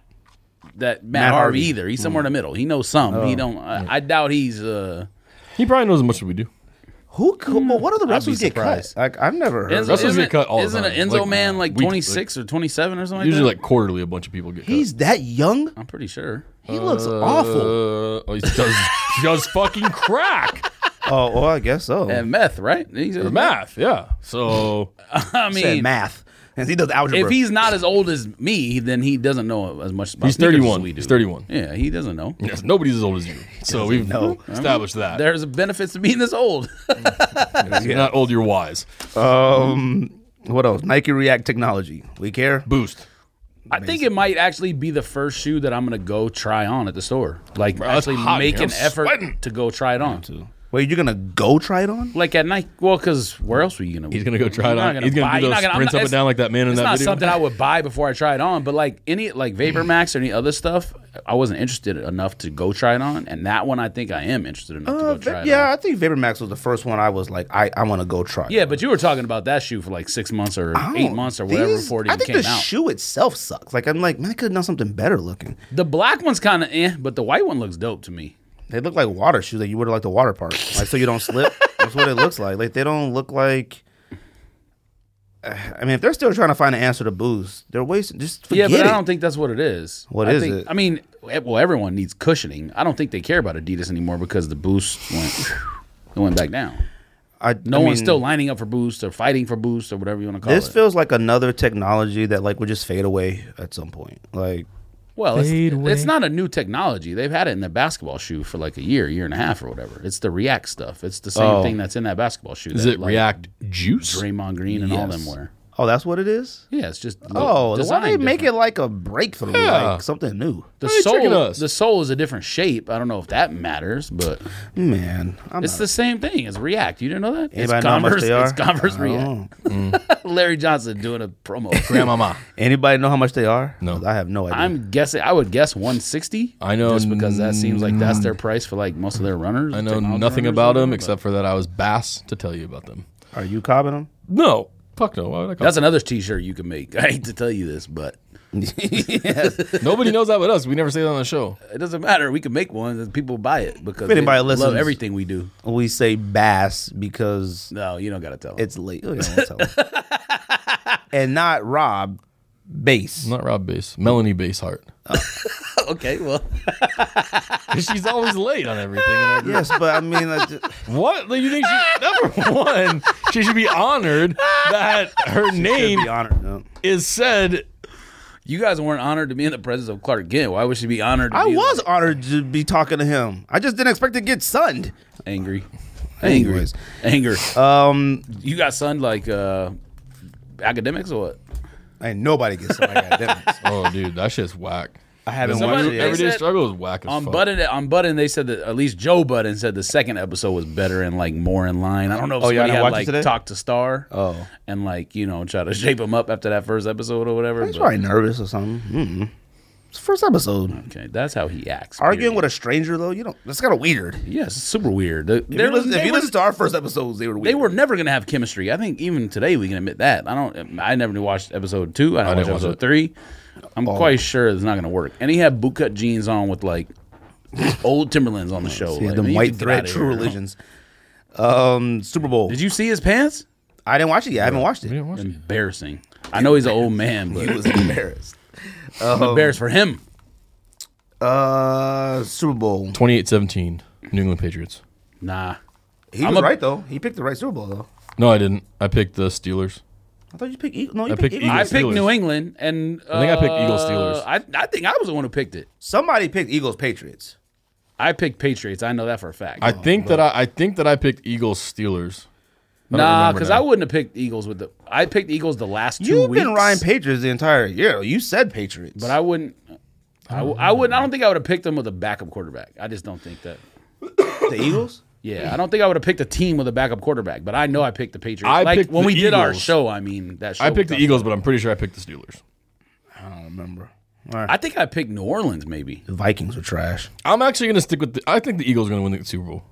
that Matt, Matt Harvey, Harvey. either. He's somewhere in the middle. He knows some. but He don't. I, I doubt he's. uh He probably knows as much as we do. Who? co- well, what other wrestlers get cut? surprised. Like I've never heard. Enzo, of- Russell's isn't- get cut all the Isn't time. an Enzo Like, man like we- 26 or 27 or something Usually, like that? like quarterly, a bunch of people get. He's that young. I'm pretty sure. oh. He looks cut. awful. Uh, oh, he does does fucking crack (laughs) Oh, well, I guess so. And meth, right? He's a math. Yeah. Uh, So (laughs) Said I mean, math, and he does algebra. if he's not as old as me, then he doesn't know as much about he's sneakers as 31. we do. He's 31. Yeah, he doesn't know. Yes, nobody's as old as you. So we've (laughs) know. established that. There's benefits to being this (laughs) old. If you're not old, you're wise. um, what else? Nike React technology. We care. Boost. I think it might actually be the first shoe that I'm gonna go try on at the store. Like that's actually hot in make here. an I'm effort sweating. to go try it on. Wait, you're gonna go try it on? Like at night, well, because where else were you gonna? He's gonna go try it You're not on. He's gonna buy- do you're those not gonna- I'm sprints not- up and it's- down like that man in It's that not video. something I would buy before I try it on, but like any like Vapor Max or any other stuff, I wasn't interested enough to go try it on, and that one I think I am interested enough to Uh, go try Va- it on. yeah, I think Vapor Max was the first one I was like, I, I want to go try. Yeah, but you were talking about that shoe for like six months or I don't- eight months or whatever Oh, these- before it I even think came the out. shoe itself sucks. Like I'm like, man, I could have done something better looking. the black one's kind of eh, but the white one looks dope to me. They look like water shoes that you wear to like the water park, like so you don't (laughs) slip. That's what it looks like. Like they don't look like. I mean, if they're still trying to find an answer to booze, they're wasting. Just Yeah, forget but it. I don't think that's what it is. What What is is it? I mean, eh, well, everyone needs cushioning. I don't think they care about Adidas anymore because the boost went, it went back down. I- No I one's mean, still lining up for boost or fighting for boost or whatever you want to call This it. feels like another technology that like would just fade away at some point. Like well, it's, Fade away. it's not a new technology. They've had it in the basketball shoe for like a year, year and a half or whatever. It's the React stuff. It's the same Oh. thing that's in that basketball shoe. Is that, it like, React Juice? Draymond Green and all them Yes. wear. Oh, that's what it is. Yeah, it's just Oh, then why design they make different. it like a breakthrough, Yeah. like something new? the Why are you tricking sole? us? The sole is a different shape. I don't know if that matters, but Man, I'm it's not- the same thing. It's React. You didn't know that? it's Anybody know how much they It's are? Converse I React. (laughs) don't know. Larry Johnson doing a (clears throat) promo. (laughs) Grandmama. Anybody know how much they are? No. I have no idea. I'm guessing. I would guess 160. I know just because that seems like that's their price for like most of their runners. I know technology nothing runners about or them whatever, except for that I was bass to tell you about them. Are you cobbing them? No. Fuck no. Why would I but call That's another T-shirt you can make. (laughs) I hate to tell you this, but Nobody knows that but us. We never say that on the (laughs) show. it doesn't matter. We can make one, and people buy it because If anybody they love listens- everything we do. We say bass because No, you don't got to tell. 'em. it's late. Oh, yeah, I'll (laughs) tell 'em. and not Rob, bass. Not Rob Bass. Melanie Basehart. (laughs) okay. Well, She's always late on everything. in our group. Yes, but I mean, like, (laughs) ju- What? Like, you think she, number one, she should be honored that her should name be honored. No. is said. you guys weren't honored to be in the presence of Clark Gant. Why would she be honored? To I be was like, honored to be talking to him. I just didn't expect to get sunned. angry, angry, Anyways. anger. Um, You got son like uh, academics or what? ain't nobody gets sunned (laughs) like that. Oh, dude, that shit's whack. I haven't Somebody- watched it. yet. Everyday said- struggle is whack as On fuck. Budden, on Budden, they said that at least Joe Budden said the second episode was better and like more in line. I don't know if Oh, y'all somebody didn't had watch it like today? talk to Star, Oh. and like you know try to (laughs) shape him up after that first episode or whatever. He's but- probably nervous or something. Mm-mm. It's the first episode. okay, that's how he acts. Arguing period. with a stranger though, you don't. That's kind of weird. If yes, it's super weird. They, you, listen, if they, you were, listen to our first episodes, they were weird. they were never going to have chemistry. I think even today we can admit that. I don't. I never watched episode two. I, didn't didn't watch watch episode it. three. I'm Oh. quite sure it's not going to work. And he had bootcut jeans on with like. Old Timberlands on the show. Yeah, Like, them man, you white can get thread, outta True here. Religions. Um, Super Bowl. Did you see his pants? I didn't watch it yet. I haven't watched it. Embarrassing. I know he's an old man, but He was embarrassed. I'm embarrassed for him. Uh, Super Bowl. 28 17, New England Patriots. Nah. He I'm was a- right though. He picked the right Super Bowl though. No, I didn't. I picked the Steelers. I thought you picked. Eagle. No, you I picked. picked Eagles. I Eagles. picked Steelers. New England, and I think I picked Eagles, uh, Steelers. I, I think I was the one who picked it. Somebody picked Eagles Patriots. I picked Patriots. I know that for a fact. I think that I, I think that I picked Eagles Steelers. I don't nah, remember because now. I wouldn't have picked Eagles with the. I picked Eagles the last 2 You've weeks. been Ryan Patriots the entire year. You said Patriots, but I wouldn't. I, w- I wouldn't. I don't think I would have picked them with a backup quarterback. I just don't think that. the Eagles. Yeah, I don't think I would have picked a team with a backup quarterback. But I know I picked the Patriots. I like picked when the we did our Eagles. show. I mean that show. I we picked the talked- Eagles, but I'm pretty sure I picked the Steelers. I don't remember. All right. I think I picked New Orleans. Maybe the Vikings were trash. I'm actually going to stick with. The, I think the Eagles are going to win the Super Bowl.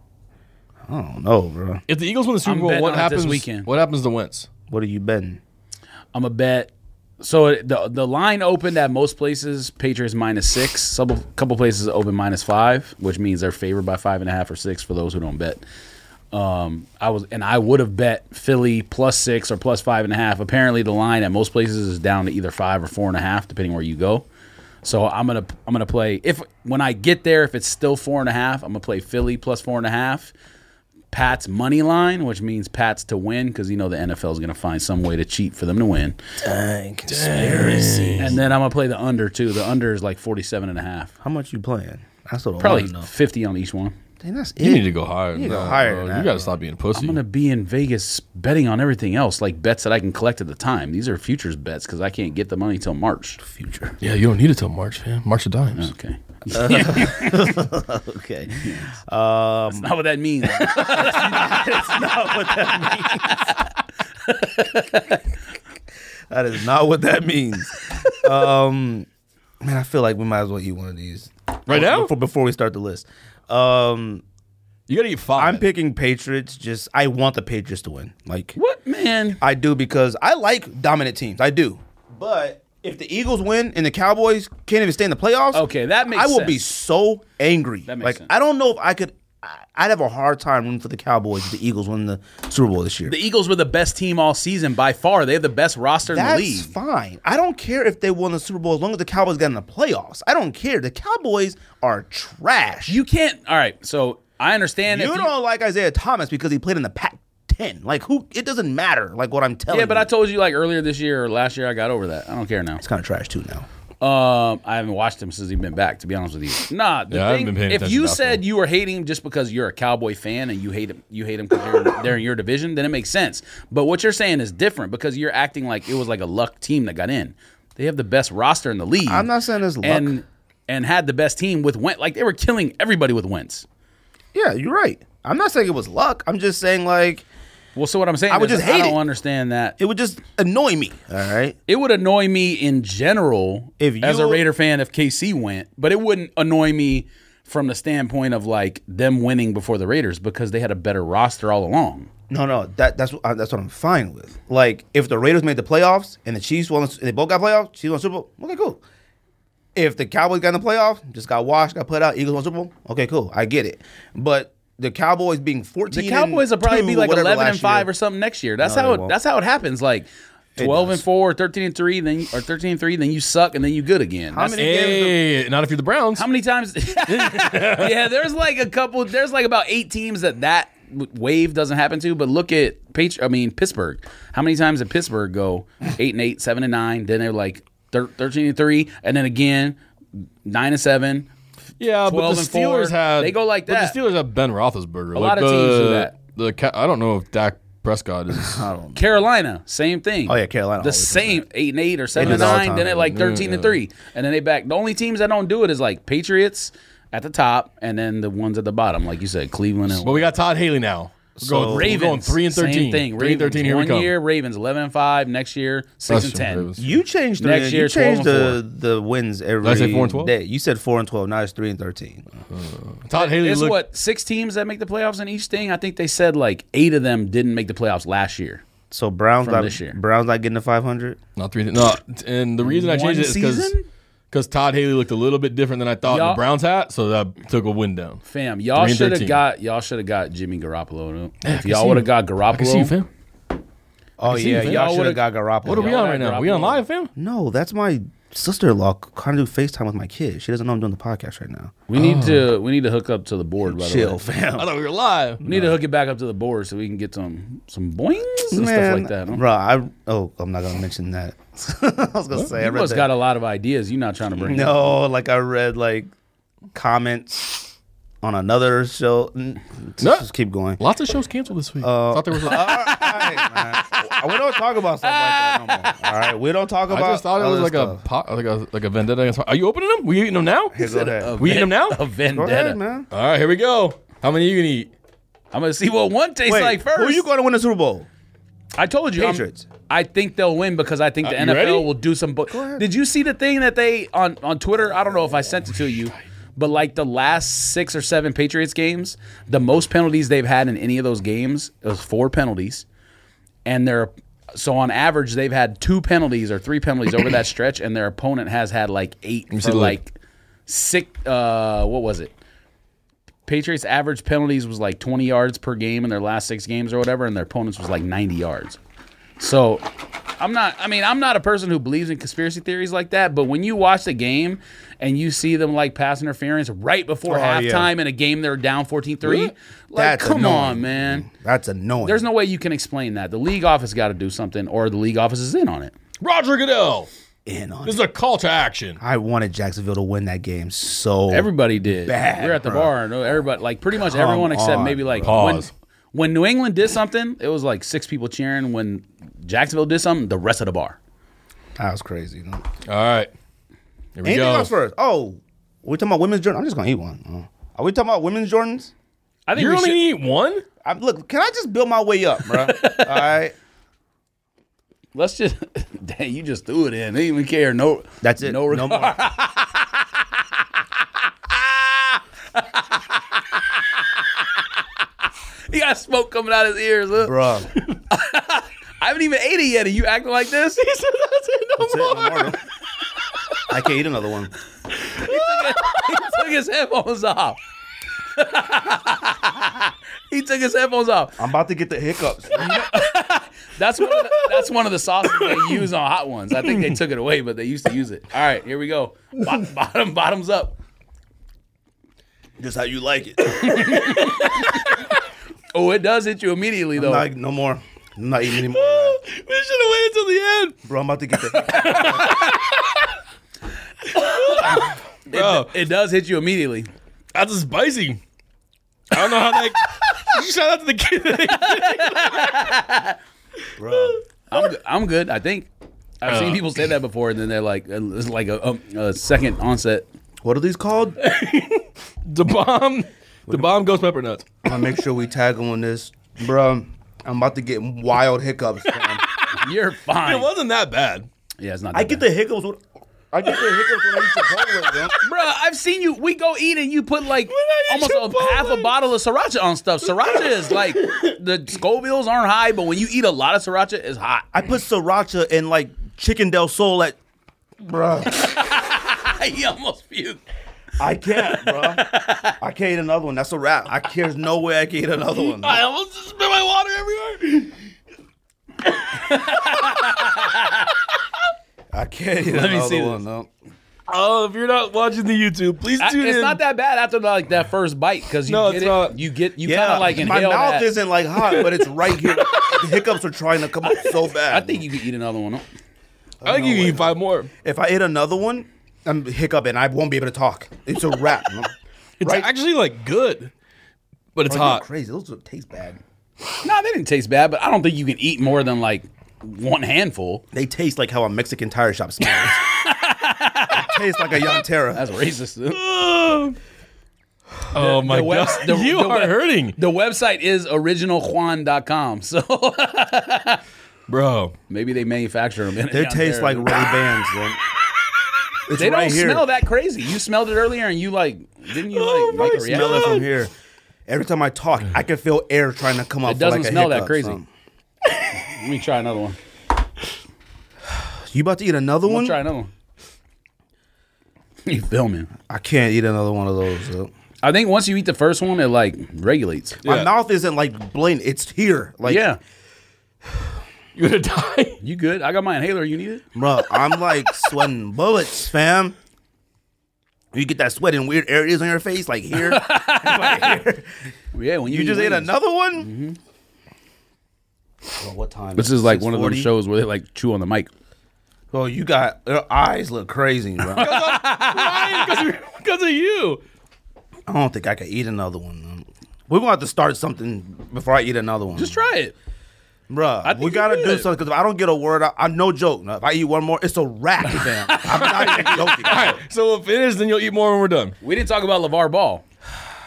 I don't know, bro. If the Eagles win the Super I'm Bowl, betting what on it this happens? weekend. What happens to Wentz? What are you betting? I'm a bet. So it- the the line opened at most places. Patriots minus six. Some couple places open minus five, which means they're favored by five and a half or six for those who don't bet. Um, I was, and I would have bet Philly plus six or plus five and a half. Apparently, the line at most places is down to either five or four and a half, depending where you go. So I'm gonna I'm gonna play if when I get there, if it's still four and a half, I'm gonna play Philly plus four and a half. Pat's money line, which means Pat's to win, because you know the NFL is going to find some way to cheat for them to win. Dang, conspiracy. And then I'm going to play the under, too. The under is like 47 and a half. How much you playing? That's what I Probably want to know. 50 on each one. Dang, that's You it. need to go higher. You need to than go that, higher bro. You than that, got to bro. stop being pussy. I'm going to be in Vegas betting on everything else, like bets that I can collect at the time. These are futures bets because I can't get the money till March. Future. yeah, you don't need it till March, man. March of dimes. Okay. (laughs) (laughs) Okay. That's not what that means. That is not what that means. um, man, I feel like we might as well eat one of these Right now? before, before we start the list. Um, You got to eat five. I'm picking Patriots. Just I want the Patriots to win. Like what, man? I do because I like dominant teams. I do, but if the Eagles win and the Cowboys can't even stay in the playoffs, Okay, that makes I will be sense. so angry. That makes like sense. I don't know if I could. I- I'd have a hard time rooting for the Cowboys if the Eagles win the Super Bowl this year. The Eagles were the best team all season by far. They have the best roster in the That's league. fine. I don't care if they won the Super Bowl as long as the Cowboys got in the playoffs. I don't care. The Cowboys are trash. You can't. All right. So I understand. You if don't like Isaiah Thomas because he played in the Pac-10. Like who? It doesn't matter. Like what I'm telling. Yeah, but you. I told you like earlier this year or last year, I got over that. I don't care now. it's kind of trash too now. Um, I haven't watched him since he's been back. To be honest with you, nah. The Yeah, I haven't thing- been paying if attention you to basketball. said you were hating him just because you're a Cowboy fan and you hate him, you hate him because they're, they're in your division, then it makes sense. But what you're saying is different because you're acting like it was like a luck team that got in. They have the best roster in the league. I'm not saying it's luck. and and had the best team with Wentz. Like they were killing everybody with Wentz. Yeah, you're right. I'm not saying it was luck. I'm just saying like Well, so what I'm saying, I would is just hate I don't it. understand that. it would just annoy me. All right. It would annoy me in general If you- as a Raider fan if KC went, but it wouldn't annoy me from the standpoint of like them winning before the Raiders because they had a better roster all along. No, no, that that's what I, that's what I'm fine with. Like, if the Raiders made the playoffs and the Chiefs won, and they both got playoffs, Chiefs won Super Bowl. Okay, cool. If the Cowboys got in the playoffs, just got washed, got put out, Eagles won Super Bowl. Okay, cool, I get it. But the Cowboys being 14, The Cowboys will probably be like eleven and five or something next year. That's No, how they it, won't. that's how it happens. Like twelve and does. four, 13 and three, then you, or thirteen and three, then you suck and then you good again. How That's- many games? Hey, not if you're the Browns. How many times? (laughs) yeah, there's like a couple. There's like about eight teams that that w- wave doesn't happen to. But look at Patri- I mean Pittsburgh. How many times did Pittsburgh go eight and eight, seven and nine? Then they're like thir- thirteen and three, and then again nine and seven. Yeah, but 12 the and four. Steelers had They go like but that. the Steelers have Ben Roethlisberger. A lot of teams do that. Oh, The Ca- I don't know if Dak Prescott (laughs) is. Carolina, same thing. Oh, yeah, Carolina The always does same eight and eight or seven do and that all the nine. time. Then they're like thirteen and three, and then they back. The only teams that don't do it is like Patriots at the top, and then the ones at the bottom, like you said, Cleveland and but we got Todd Haley now. We're going, So- we're Ravens going three and thirteen. Same thing. Three and Ravens, thirteen. Here one we come. year. Ravens eleven and five. Next year six That's and true, ten. Ravens. You changed three. Next and- year, you 12 and changed the the wins every I say four and 12? day. You said four and twelve. Now it's three and thirteen. Todd Haley There's looked. what six teams that make the playoffs in each thing. I think they said like eight of them didn't make the playoffs last year. So Browns From not this year. Browns not getting to five hundred. Not three. No, and the reason I One changed it is because season? because Todd Haley looked a little bit different than I thought in Y'all- the Browns hat, so that took a win down. Fam, y'all Three and should have 13. got y'all should have got Jimmy Garoppolo. if can y'all see would have you. got Garoppolo, Oh see yeah, you, fam. y'all Y'all should have would've- got Garoppolo. What are we Y'all on had right now? We on Garoppolo. live, fam? No, that's my sister-in-law trying to do FaceTime with my kid. She doesn't know I'm doing the podcast right now. we Uh-huh. need to we need to hook up to the board. By the Chill, way. I fam. thought we were live. We need to hook it back up to the board so we can get some some boings and stuff Man, like that. huh? bro. I oh, I'm not gonna mention that. (laughs) I was gonna say I You read must got that. a lot of ideas. You're not trying to bring. up. no, like I read like comments on another show. No, No. just keep going. Lots of shows canceled this week. thought there was. A, All right, man. We don't talk about stuff like that no more. All right, we don't talk I about. just thought it was other like a, stuff. pot, like a like a vendetta. Against, are you opening them? We eating them now? Here, go ahead. a (laughs) We eating them now? A Go vendetta. ahead, man. All right, here we go. How many you gonna eat? I'm gonna see what one tastes Wait, like first. who are you going to win the Super Bowl? I told you, I'm- Patriots. I think they'll win because I think the Uh, you NFL ready? will do some. Bo- Did you see the thing that they on on Twitter? I don't know if I sent it to you, but like the last six or seven Patriots games, the most penalties they've had in any of those games it was four penalties, and they're so on average they've had two penalties or three penalties (coughs) over that stretch, and their opponent has had like eight see for the league. like six. Uh, what was it? Patriots average penalties was like 20 yards per game in their last six games or whatever, and their opponents was like 90 yards. So I'm not. I mean, I'm not a person who believes in conspiracy theories like that. But when you watch the game and you see them like pass interference right before Oh, yeah. halftime in a game they're down 14-3, like That's come annoying. on, man. That's annoying. There's no way you can explain that. The league office got to do something, or the league office is in on it. Roger Goodell. in on This it. is a call to action. I wanted Jacksonville to win that game so Everybody did. Bad, we were at the bro. bar, and everybody, like pretty much everyone except on, maybe like bro. when, Pause. when New England did something, it was like six people cheering. When Jacksonville did something, the rest of the bar. That was crazy. You know? All right. Here we Anything go. else first? Oh, we talking about women's Jordans? I'm just gonna eat one. Oh. Are we talking about women's Jordans? I think You're we only should- gonna eat one? I'm, look, can I just build my way up, bro? (laughs) All right. Let's just. (laughs) Dang, you just threw it in. They didn't even care. No, That's it. No, (laughs) regard. more. He got smoke coming out his ears. Look. bro. I haven't even ate it yet, and you acting (laughs) like this. He said, "That's it, no That's it, no more. I can't eat another one. he took his headphones off. (laughs) he took his headphones off. I'm about to get the hiccups. That's one. Of the, that's one of the sauces they use on hot ones. I think they took it away, but they used to use it. All right, here we go. Bo- (laughs) bottom, bottoms up. just how you like it. Oh, it does hit you immediately though. Like no more. I'm not eating (laughs) anymore, We should have waited till the end. bro. I'm about to get the. hiccups. (laughs) Bro, it does hit you immediately. that's spicy. I don't know how (laughs) that shout out to the kid. (laughs) bro. I'm good. I'm good. I think I've seen Uh. people say that before, and then they're like, it's like a, um, a second onset. What are these called? the bomb. The bomb ghost pepper nuts. I make sure we tag them on this, bro. I'm about to get wild hiccups. fam. You're It fine. wasn't that bad. Yeah, it's not. I that get bad. the hiccups. When, I get the hiccups when I eat Chipotle, bro. Bruh, I've seen you. We go eat and you put like I eat almost a, Chipotle. half a bottle of sriracha on stuff. Sriracha is like the Scovilles aren't high, but when you eat a lot of sriracha, it's hot. I put sriracha in like chicken del sol at, (laughs) bro. I almost puke. I can't, bro. I can't eat another one. That's a wrap. I there's no way I can eat another (laughs) one. I almost just spit my water everywhere. I can't eat me another see one. this. No. Oh, if you're not watching the YouTube, please I- tune it's in. not that bad after like that first bite because you No, get it's it. not. You get you Yeah, kind of like my inhale mouth that. is isn't like hot, but it's right (laughs) here. the hiccups are trying to come up so bad. I think you could eat another one. I think you can eat five more. if I eat another one, I'm hiccuping. I won't be able to talk. It's a (laughs) wrap. no. It's Right. actually like good, but it's Bro, you're hot. crazy. Those would taste bad. Nah, they didn't taste bad, but I don't think you can eat more than like one handful. They taste like how a Mexican tire shop (laughs) smells. It tastes like a Yontera. That's racist. (sighs) oh my the web- god, (laughs) the- you the are web- hurting, (laughs) The website is originaljuan.com, (laughs) so bro. maybe they manufacture them. In They taste like Ray Bans. (laughs) man. It's they right don't here. smell that crazy. You smelled it earlier, and you like didn't you like my make a God. reaction? smell it (laughs) from here. Every time I talk, I can feel air trying to come up. It for doesn't like a smell that hiccup, crazy. son. Let me try another one. You about to eat another Let one? me try another one. You filming? I can't eat another one of those. yo. I think once you eat the first one, it like regulates. My Yeah. mouth isn't like blatant. It's here. Like, yeah, You're gonna (laughs) die. you good? I got my inhaler. You need it? bro, I'm like sweating bullets, fam. You get that sweat in weird areas on your face, like here. Yeah. When (laughs) you, You just eat ate wings. another one. Bro, what time? This is like one of those 6:40? shows where they like chew on the mic. Bro, you got your eyes look crazy, bro. (laughs) I Because of you. don't think I could eat another one. man. We're gonna have to start something before I eat another one. Just try it. Bruh, think we you gotta do could. something because if I don't get a word out, I'm no joke. no. if I eat one more, it's a wrap, fam. I'm not even (laughs) joking. All right, so we'll finish, then you'll eat more when we're done. We didn't talk about Levar Ball.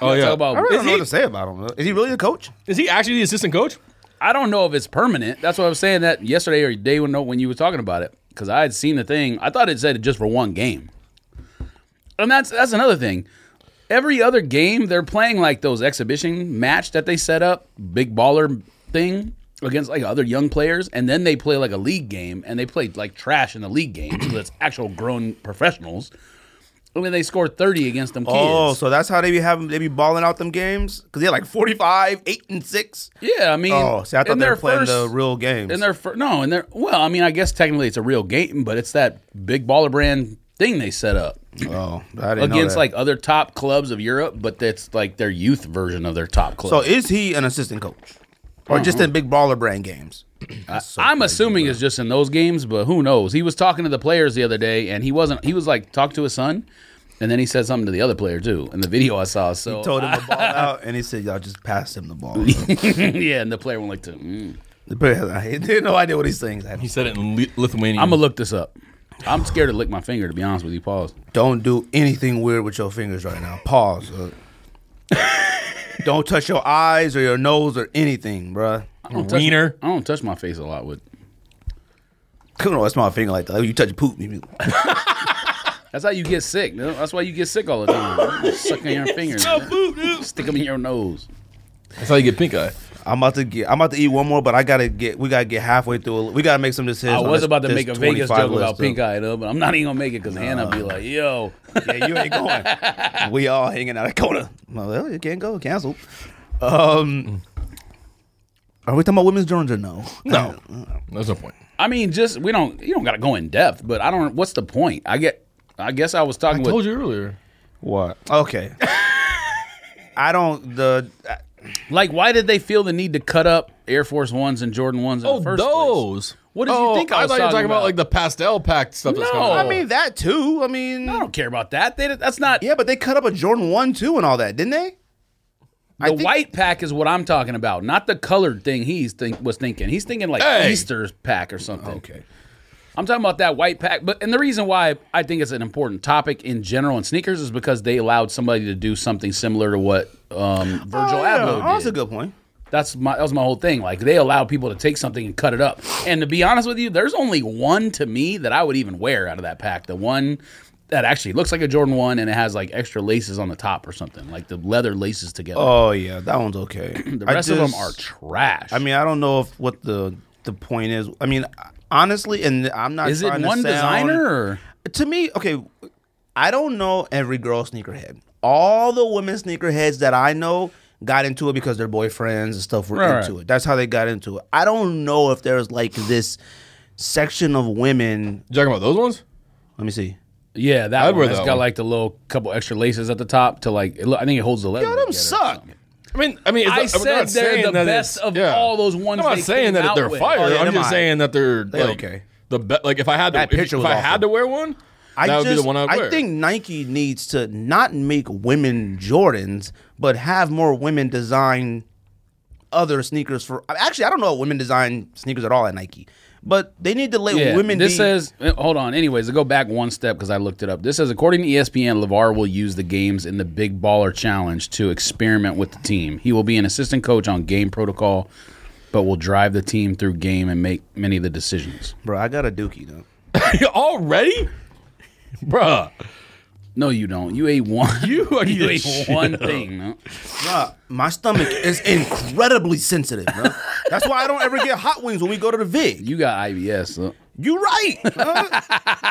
Oh yeah. Talk about. I really Is don't know he- what to say about him. though. Is he really the coach? Is he actually the assistant coach? I don't know if it's permanent. That's what I was saying that yesterday or day when when you were talking about it because I had seen the thing. I thought it said just for one game, and that's that's another thing. Every other game they're playing like those exhibition match that they set up, big baller thing against like other young players, and then they play like a league game and they play like trash in the league game. so it's actual grown professionals. I mean, they scored 30 against them kids. Oh, so that's how they be having they be balling out them games because they're like 45, 8 and six. yeah, I mean, Oh, see, I thought in they their were playing first- the real games. In their fir- no, in their well, I mean, I guess technically it's a real game, but it's that big baller brand thing they set up oh, I didn't know against that. like other top clubs of Europe, but that's like their youth version of their top club. So is he an assistant coach, or just in big baller brand games? Mm-hmm. I'm assuming it's just in those games, but who knows? He was talking to the players the other day, and he wasn't. He was like talked to his son, and then he said something to the other player too in the video I saw. So Told him to ball out, and he said, "Y'all just pass him the ball." (laughs) (laughs) yeah, and the player went like, to, mm. the player, I had no idea what he's saying. He's like, He said it in Li- Lithuanian. "I'm gonna look this up." I'm scared to lick my finger, to be honest with you. Pause. Don't do anything weird with your fingers right now. Pause. (laughs) uh. Don't touch your eyes or your nose or anything, bruh. I don't touch, wiener. I don't touch my face a lot with. Come on, that's my finger like that. You touch poop. you be- That's how you get sick. you know? That's why you get sick all the time. Sucking your fingers. Stick them in your nose. That's how you get pink eye. I'm about to get. I'm about to eat one more, but I gotta get. We gotta get halfway through. We gotta make some decisions. I on was this- about to this make a Vegas 25 joke about list, pink though. eye, though, but I'm not even gonna make it because Hannah be like, "Yo, (laughs) Yeah, you ain't going. we all hanging out at Kona. Well, you can't go. Cancel. Um, are we talking about women's Jones or no? Uh, No, there's no point. I mean, just we don't. You don't gotta go in depth, but I don't. What's the point? I get. I guess I was talking with. Told you earlier. What? Okay. (laughs) I don't. The Like, why did they feel the need to cut up Air Force Ones and Jordan Ones in Oh, the first place? those. What did you think I was Oh, thought you were talking talking about, about? like the pastel packed stuff. That's No. coming out. I mean that too. I mean, I don't care about that. They, that's not yeah, but they cut up a Jordan one, two, and all that, didn't they? the white pack. Is what I'm talking about, not the colored thing. He's think was thinking. He's thinking like Hey. Easter's pack or something. Okay. I'm talking about that white pack, but and the reason why I think it's an important topic in general in sneakers is because they allowed somebody to do something similar to what um, Virgil Abloh did. Oh, that's a good point. That's my that was my whole thing. Like they allow people to take something and cut it up. And to be honest with you, there's only one to me that I would even wear out of that pack. The one that actually looks like a Jordan one and it has like extra laces on the top or something, like the leather laces together. Oh yeah, that one's okay. (clears throat) the rest of them are trash. I mean, I don't know if what the the point is. I mean, honestly, and I'm not. is it trying to one sound- designer? Or? to me, okay, I don't know every girl sneakerhead. All the women sneakerheads that I know got into it because their boyfriends and stuff were Right, into right. it. That's how they got into it. I don't know if there's like this section of women. you talking about those ones? Let me see. Yeah, that I'd one. wear It's that got one. like the little couple extra laces at the top to like. It, look- I think it holds the leather. Yo, them together or suck. something. I mean, I mean, it's I not- I'm said not they're saying the that best it's- of all those ones I'm not they saying came that out they're with. fire. Oh, yeah, I'm them just I- saying that they're, like okay. the be- like if I had to That if, picture if was I had awful. to wear one, I that would just, be the one I'd wear. I think Nike needs to not make women Jordans, but have more women design other sneakers for. Actually, I don't know if women design sneakers at all at Nike, but they need to let Yeah, women. This be, says, uh, hold on. Anyways, to go back one step because I looked it up. This says, according to E ESPN, Levar will use the games in the Big Baller Challenge to experiment with the team. He will be an assistant coach on game protocol, but will drive the team through game and make many of the decisions. bro, I got a dookie (laughs) though. already, bruh. No, you don't. You ate one. You are (laughs) you the (laughs) ate shit. one thing. No? Bruh, my stomach is incredibly sensitive, bro. That's why I don't ever get hot wings when we go to the Vig. You got IBS. So. You right. (laughs) huh?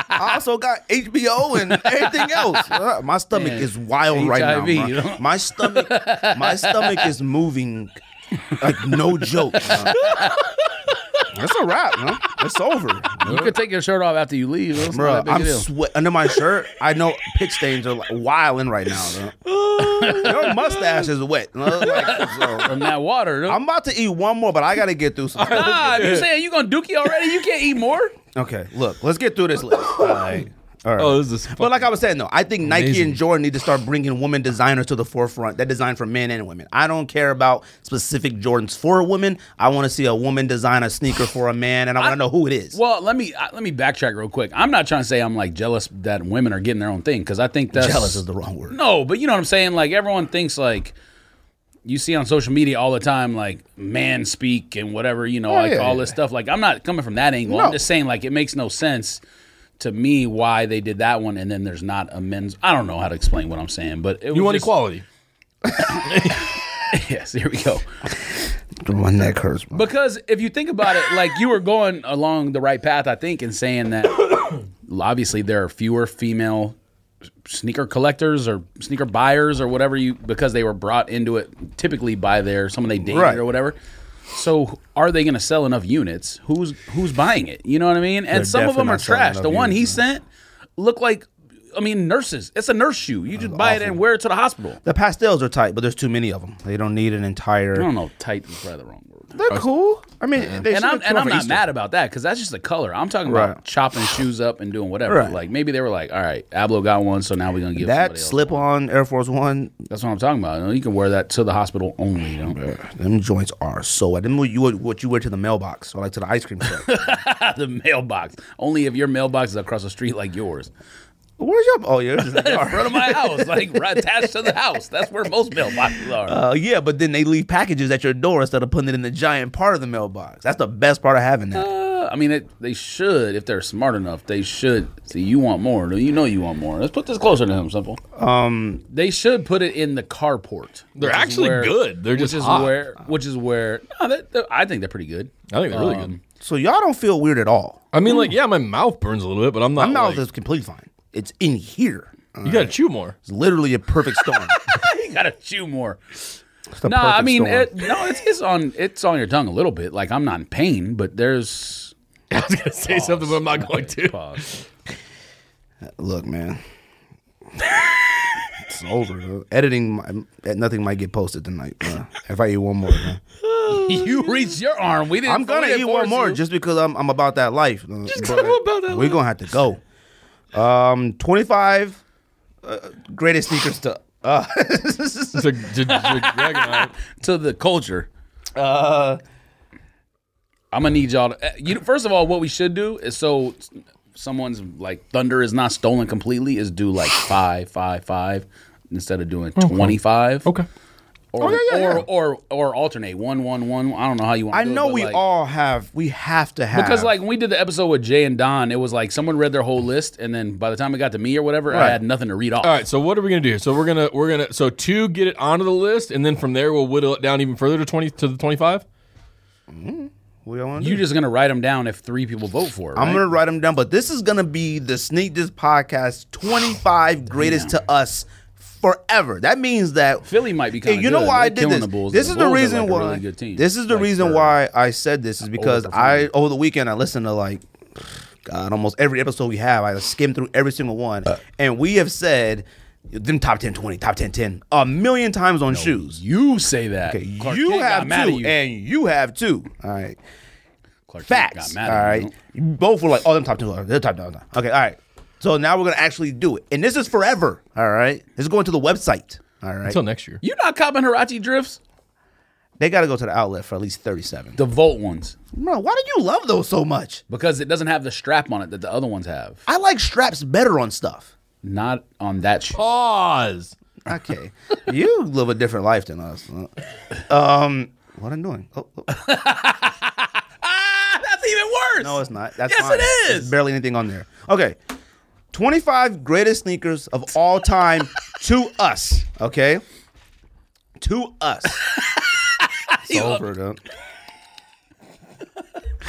I also got HBO and everything else. Uh, my stomach Man, is wild right now. HIV, bruh. you know? My stomach, my stomach is moving like no joke. bruh. That's a wrap, man. It's over. You could take your shirt off after you leave. It's Bro, not that big a I'm deal. sweat under my shirt. I know pit stains are like wilding right now. (laughs) bruh. Your mustache is wet. bruh. Like, so- From that water. no? I'm about to eat one more, but I got to get through (laughs) some. (laughs) ah, you saying you gonna dookie already? You can't eat more? Okay, look, let's get through this list. All right. All right. Oh, this is but like I was saying, though, I think Nike amazing. and Jordan need to start bringing women designers to the forefront that design for men and women. I don't care about specific Jordans for a woman. I want to see a woman design a sneaker for a man, and I want to know who it is. Well, let me I- let me backtrack real quick. I'm not trying to say I'm like jealous that women are getting their own thing because I think that's Jealous is the wrong word. (laughs) no, but you know what I'm saying. Like everyone thinks like you see on social media all the time, like man speak and whatever you know, like Oh, yeah, all yeah. this stuff. Like I'm not coming from that angle. No. I'm just saying like it makes no sense to me why they did that one and then there's not a men's. I don't know how to explain what I'm saying, but it you was want just- equality. (laughs) Yes, here we go. My neck hurts. bro. Because if you think about it, like you were going (coughs) along the right path, I think, in saying that obviously there are fewer female sneaker collectors or sneaker buyers or whatever you because they were brought into it typically by their someone they dated Right. or whatever. So are they going to sell enough units? Who's who's buying it? You know what I mean? And They're some of them definitely are not selling trash. enough The one he units, sent looked like I mean nurses. It's a nurse shoe. You just buy it and wear it to the hospital. The pastels are tight, but there's too many of them. They don't need an entire. I don't know. Tight is probably the wrong word. They're cool. I mean, they And should I'm, have and come I'm for not Easter. mad about that because that's just the color. I'm talking Right. about chopping shoes up and doing whatever. Right. Like maybe they were like, all right, Ablo got one, so now we're gonna give That somebody else. slip on Air Force One, That's what I'm talking about. You can wear that to the hospital only. You know? them joints are so wet. Them what you what you wear to the mailbox or like to the ice cream (laughs) truck. the mailbox. Only if your mailbox is across the street like yours. Where's your oh yeah, yours is in the In car. front of my house, (laughs) like right attached to the house. That's where most mailboxes are. Uh, yeah, but then they leave packages at your door instead of putting it in the giant part of the mailbox. That's the best part of having that. Uh, I mean, it, they should, if they're smart enough, they should. See, you want more. You know you want more. Let's put this closer to him, Simple. Um, they should put it in the carport. They're which is actually good. They're just which is hot. where, which is where. No, that, that- I think they're pretty good. I think they're really Um, good. So y'all don't feel weird at all. I mean, hmm. like, yeah, my mouth burns a little bit, but I'm not. My mouth like- is completely fine. It's in here. you gotta chew more. (laughs) It's literally a perfect storm. you gotta chew more. (laughs) It's the No, I perfect mean, storm. it, no, it's, it's on it's on your tongue a little bit. Like I'm not in pain, but there's I was gonna say something, but I'm not going to. pause. Look, man. (laughs) it's over. Editing, my, nothing might get posted tonight. uh, if I eat one more, (laughs) man. (laughs) you reach your arm. We didn't. I'm we gonna didn't eat one force more you. just because I'm, I'm about that life. Just 'cause I'm about that We're gonna have to go. Um, 25 uh, greatest sneakers to. Uh, (laughs) (laughs) It's a- it's a- it's a dragon (laughs) eye. to the culture. Uh. I'm gonna need y'all to. eh, You first of all, what we should do is so s- someone's like thunder is not stolen completely. Is do like five, five, five instead of doing twenty five. Okay. Oh, Or, yeah, yeah, or, yeah. or or alternate one, one, one. I don't know how you want. to I do it, know but, we like- all have. We have to have Because like when we did the episode with Jay and Don, it was like someone read their whole list, and then by the time it got to me or whatever, I Right. had nothing to read off. All right. So what are we gonna do? So we're gonna we're gonna so two get it onto the list, and then from there we'll whittle it down even further to twenty to the twenty five. we all wanna You're do. just gonna write them down if three people vote for it. I'm right? gonna write them down, but this is gonna be the sneak this (sighs) podcast 25 greatest to us forever. That means that Philly might be kind Hey, of you know why I did killing this? The Bulls. this The is the Bulls are, reason like, a why. really good team. This is the Like, reason for- why I said this is because I over the weekend I listened to like God almost every episode we have. I skimmed through every single one, Uh. and we have said them top 10, 20, top 10, 10 a million times on shoes. you say that. Okay, Clark you Kent got have mad two, at you. and you have two. All right, Clark Kent facts. Got All mad at right, you. You both were like, "Oh, them top two, they're top ten. Okay, all right. So now we're gonna actually do it, and this is forever. All right, this is going to the website. All right, Until next year. You not copping Hirachi drifts? they got to go to the outlet for at least thirty-seven. The Volt ones Bro, why do you love those so much? because it doesn't have the strap on it that the other ones have. I like straps better on stuff. Not on that shoe. Pause. (laughs) Okay, you live a different life than us. Um, what I'm doing? Oh, oh. Ah, that's even worse. no, it's not. That's Yes, mine. it There's is. barely anything on there. Okay, 25 greatest sneakers of all (laughs) time to us. Okay, to (laughs) us. it's over, dude.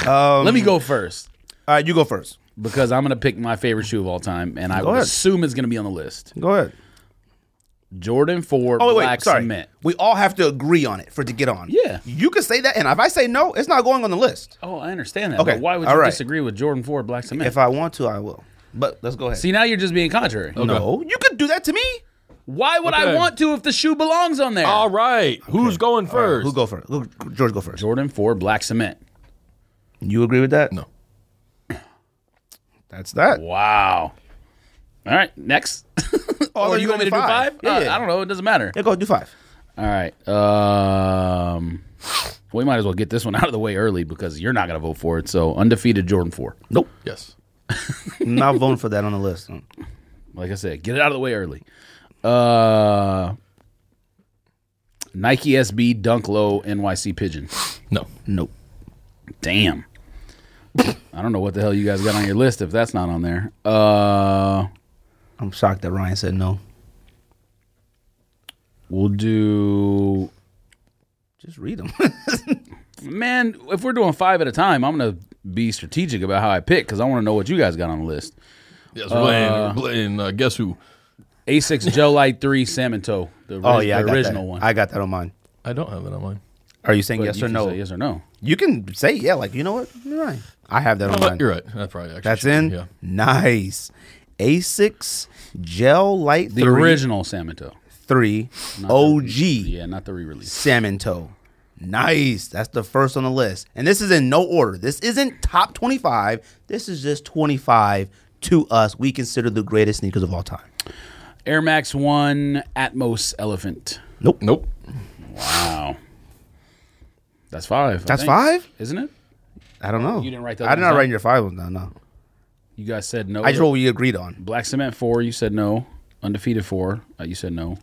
Let me go first All right, you go first. because I'm gonna pick my favorite shoe of all time, and I would ahead. assume it's gonna be on the list. Go ahead. Jordan 4 Oh wait, wait Black sorry. Cement. We all have to agree on it for it to get on. Yeah. you can say that, and if I say no, it's not going on the list. Oh, I understand that. Okay, but why would you all right. disagree with Jordan 4 Black Cement? If I want to, I will. But let's go ahead. Mm. See, now you're just being contrary. No, you could do that to me. Why would I Okay. want to if the shoe belongs on there? All right. Who's going first? Who go first? Who- George, go first. Jordan 4 Black Cement. You agree with that? No. That's that. Wow. All right, next. Oh, or you want me to do (laughs) five? Yeah, Uh, yeah. I don't know. It doesn't matter. Yeah, go do five. All right. Um, we might as well get this one out of the way early because you're not going to vote for it. So undefeated Jordan 4. Nope. Yes. (laughs) Not voting for that on the list. Mm. Like I said, get it out of the way early. Uh, Nike SB Dunk Low NYC Pigeon. No. Nope. Damn. I don't know what the hell you guys got on your list if that's not on there. Uh, I'm shocked that Ryan said no. we'll do. Just read (laughs) them. Man, if we're doing five at a time, I'm going to be strategic about how I pick because I want to know what you guys got on the list. Yes. We're playing, we're playing uh, guess who? (laughs) Asics Joe Light Three Salmon Toe. The, Oh ori- yeah, I the got original that. one. I got that on mine. I don't have it on mine. Are you saying But yes you or can no? say Yes or no? You can say yeah. Like you know what? You're right. I have that on mine. You're right. That's probably actually That's should be, in. Yeah. Nice. Asics Gel Light The three, original Salmon Toe. three OG Yeah, not the re-release. Salmon Toe. Nice. That's the first on the list. And this is in no order. This isn't top 25. This is just 25 to us. We consider the greatest sneakers of all time. Air Max One Atmos Elephant. Nope. Wow. That's five. I That's think. five? isn't it? I don't know. You didn't write those I did ones not down? write your five ones down, no. You guys said no. I just wrote what we agreed on. Black Cement four. You said no. Undefeated four. Uh, you (clears throat) said no.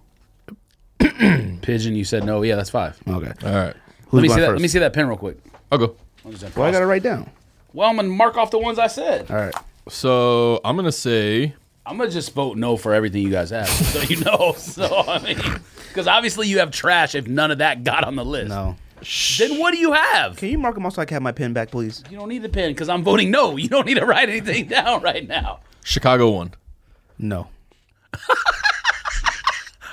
Pigeon. You said no. Yeah, that's five. Okay. All right. Who's let me going see that. first? Let me see that pen real quick. I'll go. I'll just Well, I cross- got to write down. well, I'm gonna mark off the ones I said. All right. So I'm gonna say I'm gonna just vote no for everything you guys have, (laughs) so you know. So I mean, because obviously you have trash if none of that got on the list. No. Then what do you have? Can you mark them off so I can have my pen back, please? You don't need the pen because I'm voting no. You don't need to write anything (laughs) down right now. Chicago one. No.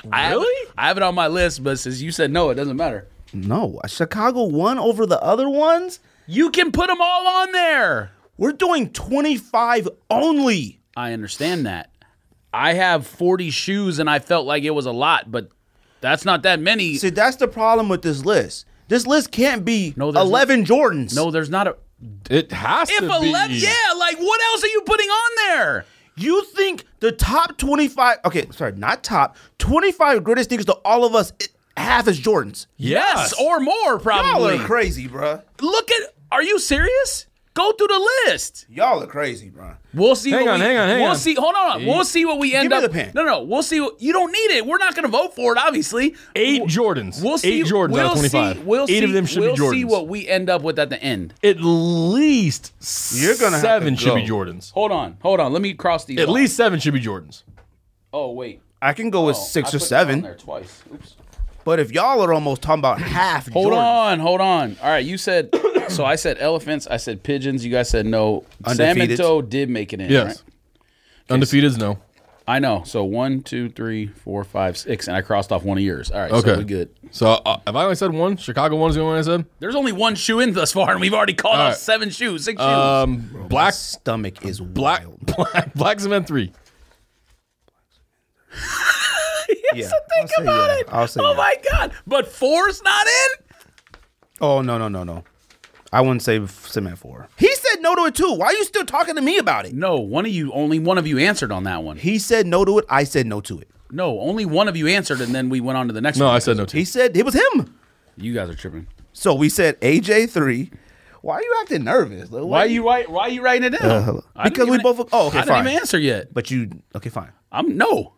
Really? I have it on my list, but since you said no, it doesn't matter. No. Chicago won over the other ones? You can put them all on there. We're doing 25 only. I understand that. I have 40 shoes, and I felt like it was a lot, but that's not that many. See, that's the problem with this list. This list can't be No, there's 11 Jordans. no, there's not a. It has If to be. 11, yeah, like what else are you putting on there? You think the top 25, okay, sorry, not top, 25 greatest sneakers to all of us, it, half is Jordans. Yes, or more Y'all probably. are crazy, bruh. Look at. Are you serious? Go through the list. Y'all are crazy, bruh. We'll see. Hang what on, we, hang on, hang We'll on. see. Hold on. We'll see what we end me up. the pen. No, no. We'll see. What, you don't need it. We're not going to vote for it, obviously. Eight Jordans. We'll see. Eight Jordans we'll out of twenty-five. See, we'll Eight see, of them should we'll be Jordans. see what we end up with at the end. At least You're gonna have seven to should be go. Jordans. Hold on. Hold on. Let me cross these. At off. least seven should be Jordans. Oh wait. I can go with Oh, six I or put that on seven, there twice. Oops. but if y'all are almost talking about half Hold Jordans, on, hold on. All right, you (coughs) said so. I said elephants. I said pigeons. You guys said no. Salmon Undefeated. toe did make it in. Yes. Right? Undefeated is no. I know. So one, two, three, four, five, six, and I crossed off one of yours. All right, Okay. so we good. So uh, have I only said one? Chicago one's the only one I said. There's only one shoe in thus far, and we've already called out right. seven shoes, Uh, six shoes. Um, my black, stomach is black, wild. (laughs) black, black cement three. Yeah, think I'll say about yeah. it. I'll say oh yeah. my god! But four's not in. Oh no no no no! I wouldn't say f- cement four. He said no to it too. Why are you still talking to me about it? No, one of you. Only one of you answered on that one. He said no to it. I said no to it. No, only one of you answered, and then we went on to the next No, one. I said no He two. said it was him. You guys are tripping. So we said AJ three. Why are you acting nervous? Like, Why you write? Why you writing it down? Uh, hello. I didn't Because we even- both- oh, okay, I didn't fine. even answer yet. But you okay? Fine, I'm no.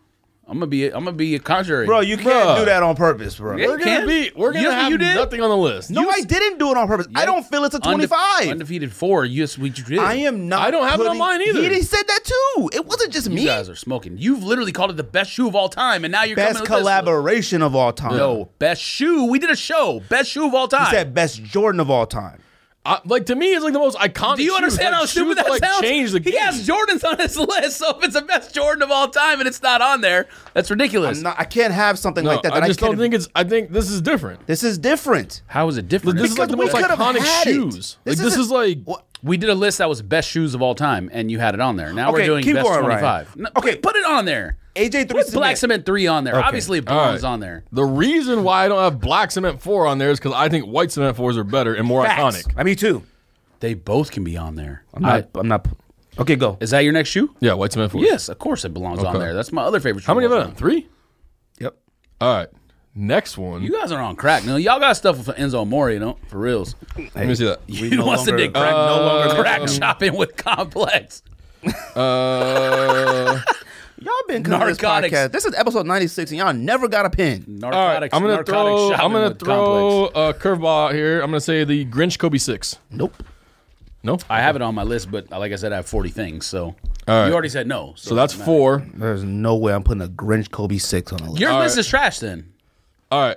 I'm gonna be. I'm gonna be contrary. bro. You can't Bruh. do that on purpose, bro. Yeah, We're gonna Ken? be. We're gonna You- have you did? nothing on the list. No, I didn't do it on purpose. I don't feel it's a twenty-five. undefeated four. Yes, we did. I am not. I don't have it on putting- mine either. He didn't said that too. It wasn't just You me. guys are smoking. You've literally called it the best shoe of all time, and now you're Best coming with this- collaboration of all time. No, best shoe. We did a show. Best shoe of all time. he said best Jordan of all time. I- like to me, it's like the most iconic. Do you understand like, how shoes stupid that like, sounds? Change the he game. has Jordans on his (laughs) list, so if it's the best Jordan of all time and it's not on there, that's ridiculous. I'm not- I can't have something No, like that. that I just can't- don't think it's. I think this is different. this is different. how is it different? This is like the we most could've iconic had it. shoes. This Like this isn't- is like. What? we did a list that was best shoes of all time, and you had it on there. Now Okay, we're doing keep best going, Ryan. twenty-five. No, Okay. put it on there. AJ three Put cement. Black Cement three on there. Obviously, it belongs All right. on there. The reason why I don't have black cement four on there is because I think white cement fours are better and more Facts. iconic. I mean too. They both can be on there. I'm not. I, am not. Okay, go. Is that your next shoe? Yeah, white cement fours. Yes, of course it belongs on Okay. there. That's my other favorite. How many of shoe of all them? time. Three. Yep. All right. Next one. You guys are on crack. Now y'all got stuff with Enzo Amore, you know, for reals. Let me see that. (laughs) He wants to dig crack, no longer Uh, crack (laughs) shopping with Complex. Uh, Y'all been coming to this Narcotics. podcast. This is episode 96, and y'all never got a pin. all right. Narcotics. I'm gonna narcotic throw. shopping I'm gonna with Complex. throw a curveball out here. I'm gonna say the Grinch Kobe six. Nope. No. I have it on my list, but like I said, I have 40 things. So right. you already said no. So that's four. There's no way I'm putting a Grinch Kobe six on a list. your All list right. is trash. Then All right.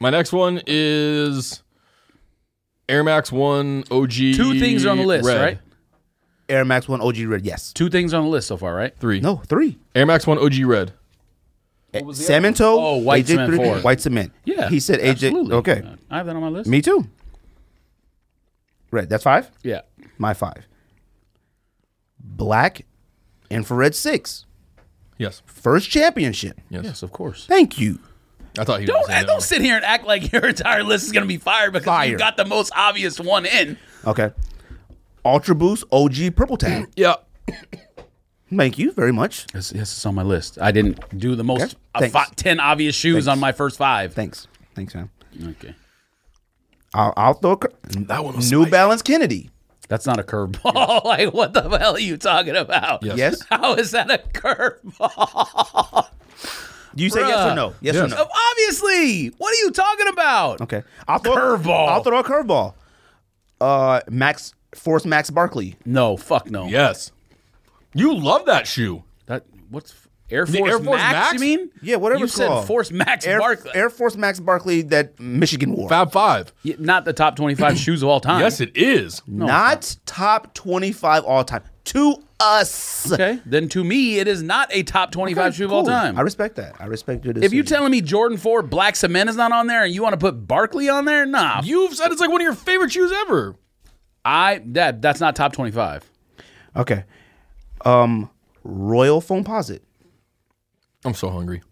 My next one is Air Max One OG. two things are on the list, Red. right? Air Max One OG Red. Yes. Two things are on the list so far, right? Three. No. Three. Air Max One OG Red. Cemento. Oh, White AJ Cement three- Four. White cement. Yeah, He said AJ. absolutely. Okay. I have that on my list. Me too. Red. That's five. Yeah, My five. Black, infrared six. Yes. First championship. Yes. yes, of course. Thank you. I thought he was Don't gonna say that don't one. sit here and act like (laughs) your entire list is going to be fire because Fire. you got the most obvious one in. Okay. Ultra Boost OG Purple (clears throat) Tag. Yeah. Thank you very much. Yes, yes, it's on my list. I didn't do the most Okay, uh, thanks. fi- ten obvious shoes on my first five. Thanks. Thanks, man. Okay, I'll, I'll throw a cur- That one was New Balance Kennedy. that's not a curveball. (laughs) like what the hell are you talking about? Yes. Yes. How is that a curveball? Do you say yes or no? Yes, or Yes. Oh. no? (laughs) Obviously. What are you talking about? Okay. I'll throw Curveball. I'll throw a curveball. Uh, Max Force Max Barkley. No, fuck no. Yes. You love that shoe. That what's Air Force, The Air Force Max, Max? You mean? Yeah, whatever You it's said called. Force Max Air, Barkley. Air Force Max Barkley that Michigan wore. Fab Five. Yeah, Not the (clears throat) top twenty-five shoes of all time. Yes, it is. Not top twenty-five all time. To us. Okay. Then to me, it is not a top twenty-five shoe of all Cool. time. I respect that. I respect your decision. if you telling me Jordan Four Black Cement is not on there and you want to put Barkley on there, nah. You've said it's like one of your favorite shoes ever. I that that's not top twenty-five. Okay. Um, Royal Foam Posit. I'm so hungry.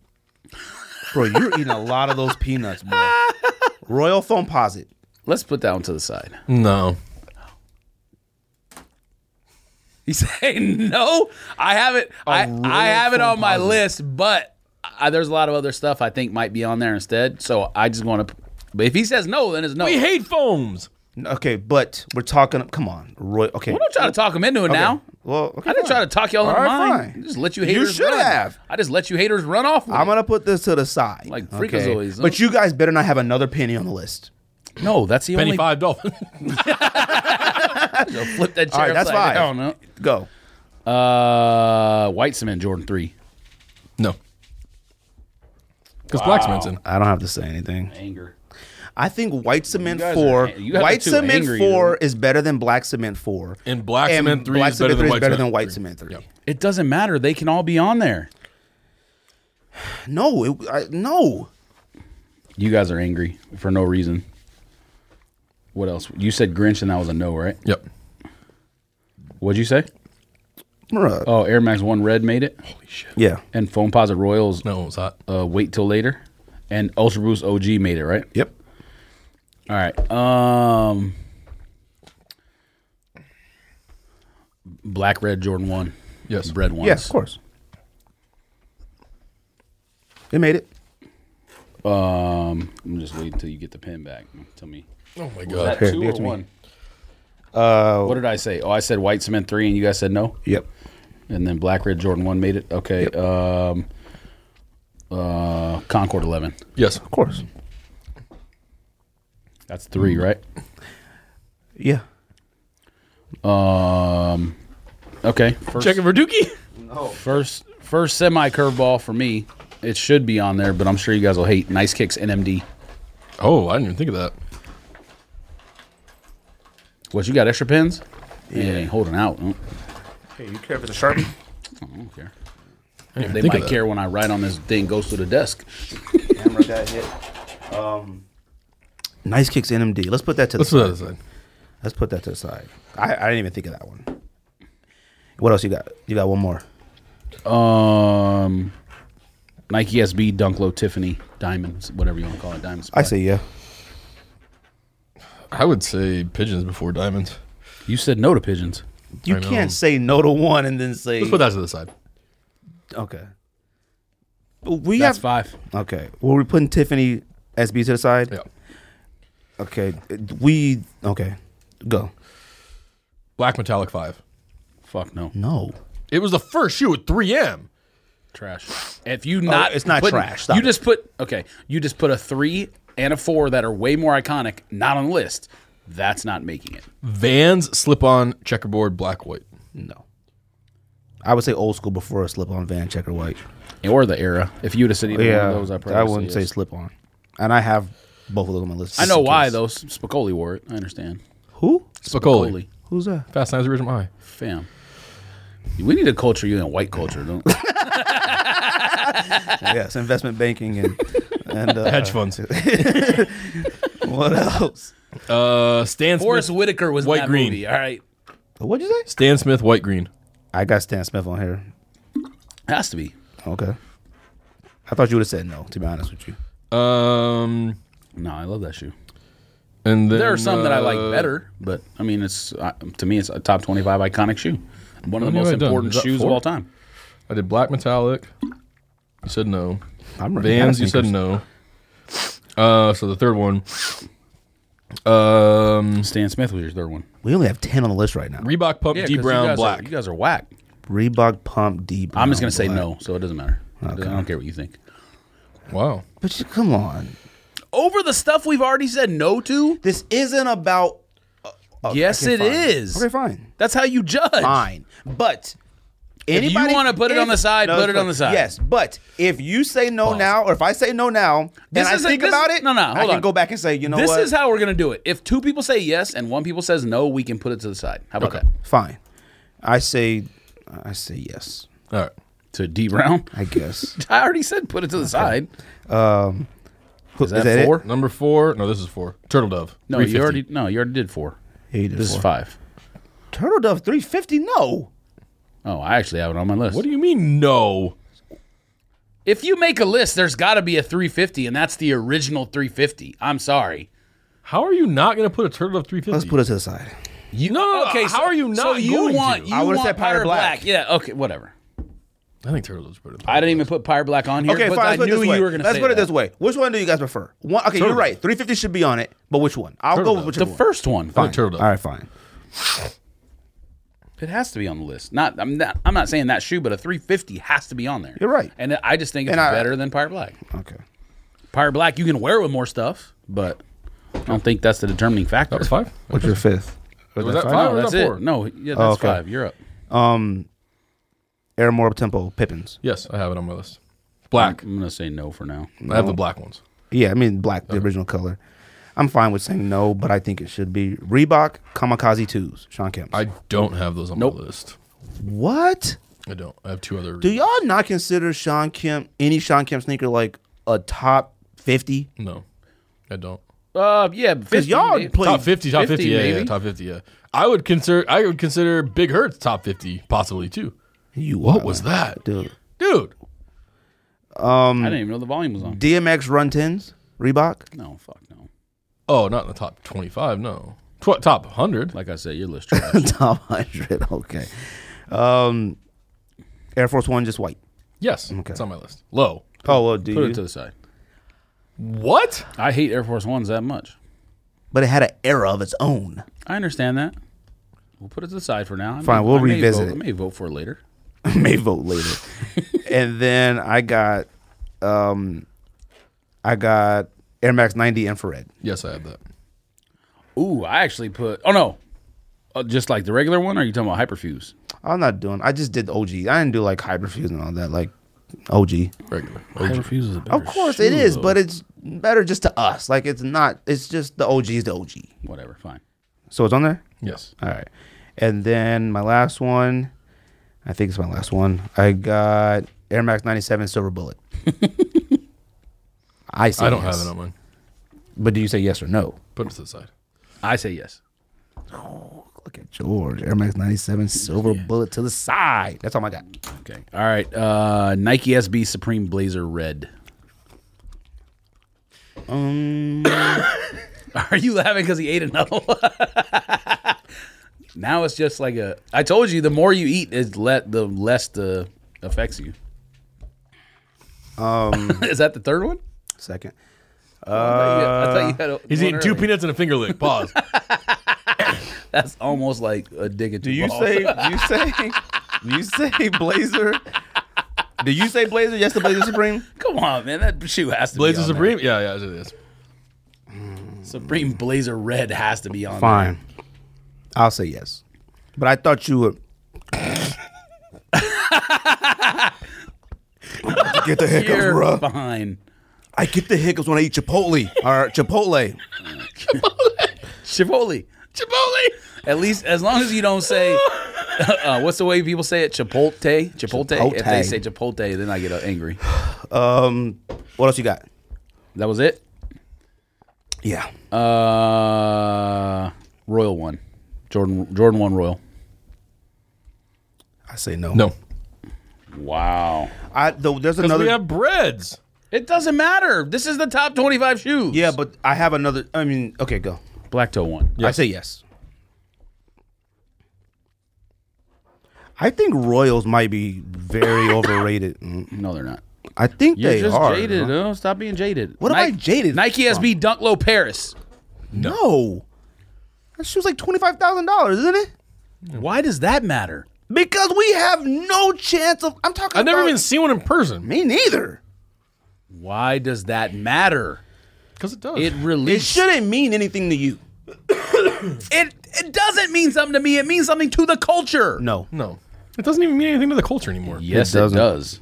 Bro, you're eating a lot of those peanuts, bro. (laughs) Royal Foam Posit. Let's put that one to the side. No. (laughs) He's saying no. I have it. I, real I have it on my composite. list, but I, there's a lot of other stuff I think might be on there instead. So I just want to. But if he says no, then it's no. We We're hate foams. Okay, but we're talking. Come on, Roy. Okay. not trying to talk him into it now. Well, okay, I didn't fine. try to talk y'all all All into right, mine. fine. Just let you You haters. should run. have. I just let you haters run off. With I'm it. gonna put this to the side, Like freakazoids, huh? But you guys better not have another penny on the list. No, that's the Penny only. Five Dolphin. They'll (laughs) Flip that chair. All right, that's upside five. down, huh? Go. Uh, white cement Jordan three. (laughs) no. Because Black Cement's in. I don't have to say anything. Anger. I think white cement guys are four, ang- you guys are white too cement angry, four is better than black cement four, And Black Cement 3 black is better cement than three White is better Cement than white 3. cement three. Yep. It doesn't matter. They can all be on there. No, it, I, no. You guys are angry for no reason. What else? You said Grinch, and that was a no, right? Yep. What'd you say? Bruh. Oh, Air Max One Red made it, Yeah. and Foam Posit Royals. No, it was hot. Uh, wait till later, and Ultra Boost OG made it, right? Yep. All right. Um, Black Red Jordan One. Yes. Red ones. Yeah, of course. They made it. Um, I'm just waiting until you get the pen back. Tell me. Oh my Was that god. here, two give or it to me. one? what did I say? Oh, I said White Cement Three, and you guys said no. Yep. And then Black Red Jordan One made it. Okay. Um, uh, Concord Eleven. Yes. Of course. That's three, Mm-hmm. right? Yeah. Um, okay. First, Checking for Dookie. first, first semi curveball for me. It should be on there, but I'm sure you guys will hate. Nice kicks, NMD. Oh, I didn't even think of that. What you got? Extra pins? Yeah, it ain't holding out. Mm, Hey, you care for the sharpie? I don't care. I didn't even They think of might that. care when I write on this thing. Goes to the desk. (coughs) Camera got hit. Um, nice kicks NMD. Let's put that to the Let's side. put that aside. Let's put that to the side. I, I didn't even think of that one. What else you got? You got one more. Um, Nike SB Dunk Low Tiffany Diamonds, whatever you want to call it, Diamonds. I say yeah. I would say pigeons before diamonds. You said no to pigeons. You I know. can't say no to one and then say Let's put that to the side. okay. But We That's have five. okay. Well, we're putting Tiffany SB to the side. Yeah. Okay, we okay. Go. Black Metallic Five. Fuck no. No. It was the first shoe at 3M. Trash. If you Oh, not, it's not putting- trash. Stop you it. just put okay. You just put a three and a four that are way more iconic, not on the list. That's not making it. Vans slip on checkerboard black white. No. I would say old school before a slip on van checker white. Or the era. If you'd have said either one Yeah, of those, I probably I wouldn't say yes. slip on. And I have both of those on my list. I know Just in why case. though. Spicoli wore it. I understand. Who? Spicoli. Holy Who's (laughs) that? Fast Times at Ridgemont High. (laughs) fam. We need a culture you in white culture, don't? yes, investment banking and and uh, Hedge (laughs) funds. What else? Uh, Stan Forrest Smith. Whitaker was in White that Green. movie. All right, What'd you say? Stan Smith, White Green. I got Stan Smith on here. has to be. Okay. I thought you would have said no. To be honest with you, Um, No, I love that shoe. and then, There are some that I like uh, better, but I mean, it's uh, to me, it's a top twenty-five iconic shoe. One of the What have most I done? important Is that shoes four? of all time. I did black metallic. You said no. I'm running out of Vans, you said sneakers. no. Uh, so the third one. Um, Stan Smith was your third one. We only have ten on the list right now. Reebok Pump Yeah, 'cause D you Brown guys are- Black. you guys are whack. Reebok Pump Deep. I'm just gonna say no, so it doesn't matter. I don't- I don't care what you think. wow. But you, come on, Over the stuff we've already said no to. this isn't about. yes, it fine. is. Okay, fine, That's how you judge. fine. But you anybody, wanna put it on the side, put it's it on the side. Yes, but if you say no now, or if I say no now, This and I is a- think this- about it, no, no, I hold can on. go back and say, you know this what? is how we're gonna do it. If two people say yes and one people says no, we can put it to the side. How about that? fine. I say, I say yes. All right. To D Brown. I guess. (laughs) I already said put it to the side. Who- Is that, it? four? Number four. No, this is four. Turtle Dove. No, you 350. already no, you already did four. Yeah, you did this is four. five. Turtle Dove 350? No. Oh, I actually have it on my list. What do you mean no? if you make a list, there's got to be a 350, and that's the original 350. I'm sorry. How are you not going to put a Turtle Dove 350? Let's put it to the side. You, no, no, no. Okay, Uh, how so- are you not So you going want to? you I would've want said Pyre Black. Yeah. Okay. Whatever. I think Turtle Dove's better. than I didn't even put Pyre Black on here. Okay, but fine. Let's I put it knew this way. you were going to Let's say put it that. this way. Which one do you guys prefer? One. Okay, Turtle you're right. 350 should be on it, but which one? I'll Turtle go with Dove. which The one. first one. Fine. Turtle Dove. All right, fine. It has to be on the list. Not I'm not I'm not saying that shoe, but a 350 has to be on there. You're right. And I just think it's And I- better than Pyre Black. Okay. Pyre Black, you can wear it with more stuff, but I don't think that's the determining factor. That was five? What's your fifth? Or Was that's that fine? five? No, Or that's is that it. four? No, yeah, that's okay. five. You're up. Air Morb Tempo Pippins. Yes, I have it on my list. Black. I'm gonna say no for now. I have the black ones. Yeah, I mean black, the original color. I'm fine with saying no, but I think it should be Reebok Kamikaze Twos. Sean Kemp. I don't have those on Nope. my list. What? I don't. I have two other. Do y'all not consider Sean Kemp any Sean Kemp sneaker like a top fifty? no, I don't. Uh, yeah, Because because y'all play Top fifty, top 50, fifty, yeah, yeah, maybe? top fifty, yeah. I would consider, I would consider Big Hurt's top fifty, possibly too. you. What was that, dude? dude? I didn't even know the volume was on. DMX Run Tens Reebok. (laughs) no, fuck no. Oh, not in the top twenty-five. No, Tw- top hundred. Like I said, your (laughs) list trash. top 100 okay um air force one just white Yes, it's on my list. Low. oh well do Put you? it to the side. What? I hate Air Force Ones that much. but it had an era of its own I understand that. We'll put it to the side for now. I Fine, we'll I may revisit vote- it. I may vote for it later. (laughs) may vote later and then i got um i got air max 90 infrared Yes, I have that. Ooh, I actually put. Oh no, uh, just like the regular one. Or are you talking about Hyperfuse? i'm not doing i just did og i didn't do like hyperfuse and all that like og Regular. Hyperfuse is a better. of course it is but it's better just to us like it's not it's just the og is the og Whatever. Fine. so it's on there Yes. All right. And then my last one, I think it's my last one. I got Air Max 97 (laughs) Silver Bullet. I say I don't yes. have it on mine. But do you say yes or no? Put it to the side. I say yes. Look at George. Air Max 97 Silver Bullet to the side. That's all I got. Okay. All right. Uh, Nike SB Supreme Blazer Red. Um. (coughs) Are you laughing because he ate another one? (laughs) now it's just like a. I told you, the more you eat, is let the less the affects you. Um. (laughs) is that the third one? Second. I thought you had, I thought you had a, He's one eating two earlier. peanuts and a finger lick. (laughs) Pause. That's almost like a dig at two Do you balls. (laughs) say do you say do you say Blazer? Do you say Blazer? Yes to Blazer Supreme? Come on, man. That shoe has to Blazer be on there. Supreme. Yeah, yeah, it is. Supreme Blazer Red has to be on. there. Fine. I'll say yes. But I thought you would Get the hiccups, You're bruh. fine. I get the hiccups when I eat Chipotle or Chipotle. Chipotle. Chipotle. At least as long as you don't say (laughs) uh, what's the way people say it? Chipotle? Chipotle? If they Chipotle. say Chipotle, then I get uh, angry. (sighs) Um, what else you got? That was it. Yeah. Uh, Royal won. Jordan Jordan won Royal. I say no. No. Wow. I though there's Another, another. we have breads. It doesn't matter. This is the top 25 shoes. yeah, but I have another. I mean, okay, go. Black Toe won. I say yes. I think Royals might be very overrated. Mm. No, they're not. I think You're they just are. jaded. huh? Oh, stop being jaded. What am I jaded Nike from? SB Dunk Low Paris. No, that shoe's like twenty five thousand dollars, isn't it? Why does that matter? Because we have no chance of. I'm talking. I've never about- even seen one in person. Me neither. Why does that matter? Because it does. It really It shouldn't mean anything to you. It it doesn't mean something to me. It means something to the culture. No. no. It doesn't even mean anything to the culture anymore. Yes, It it, doesn't. does.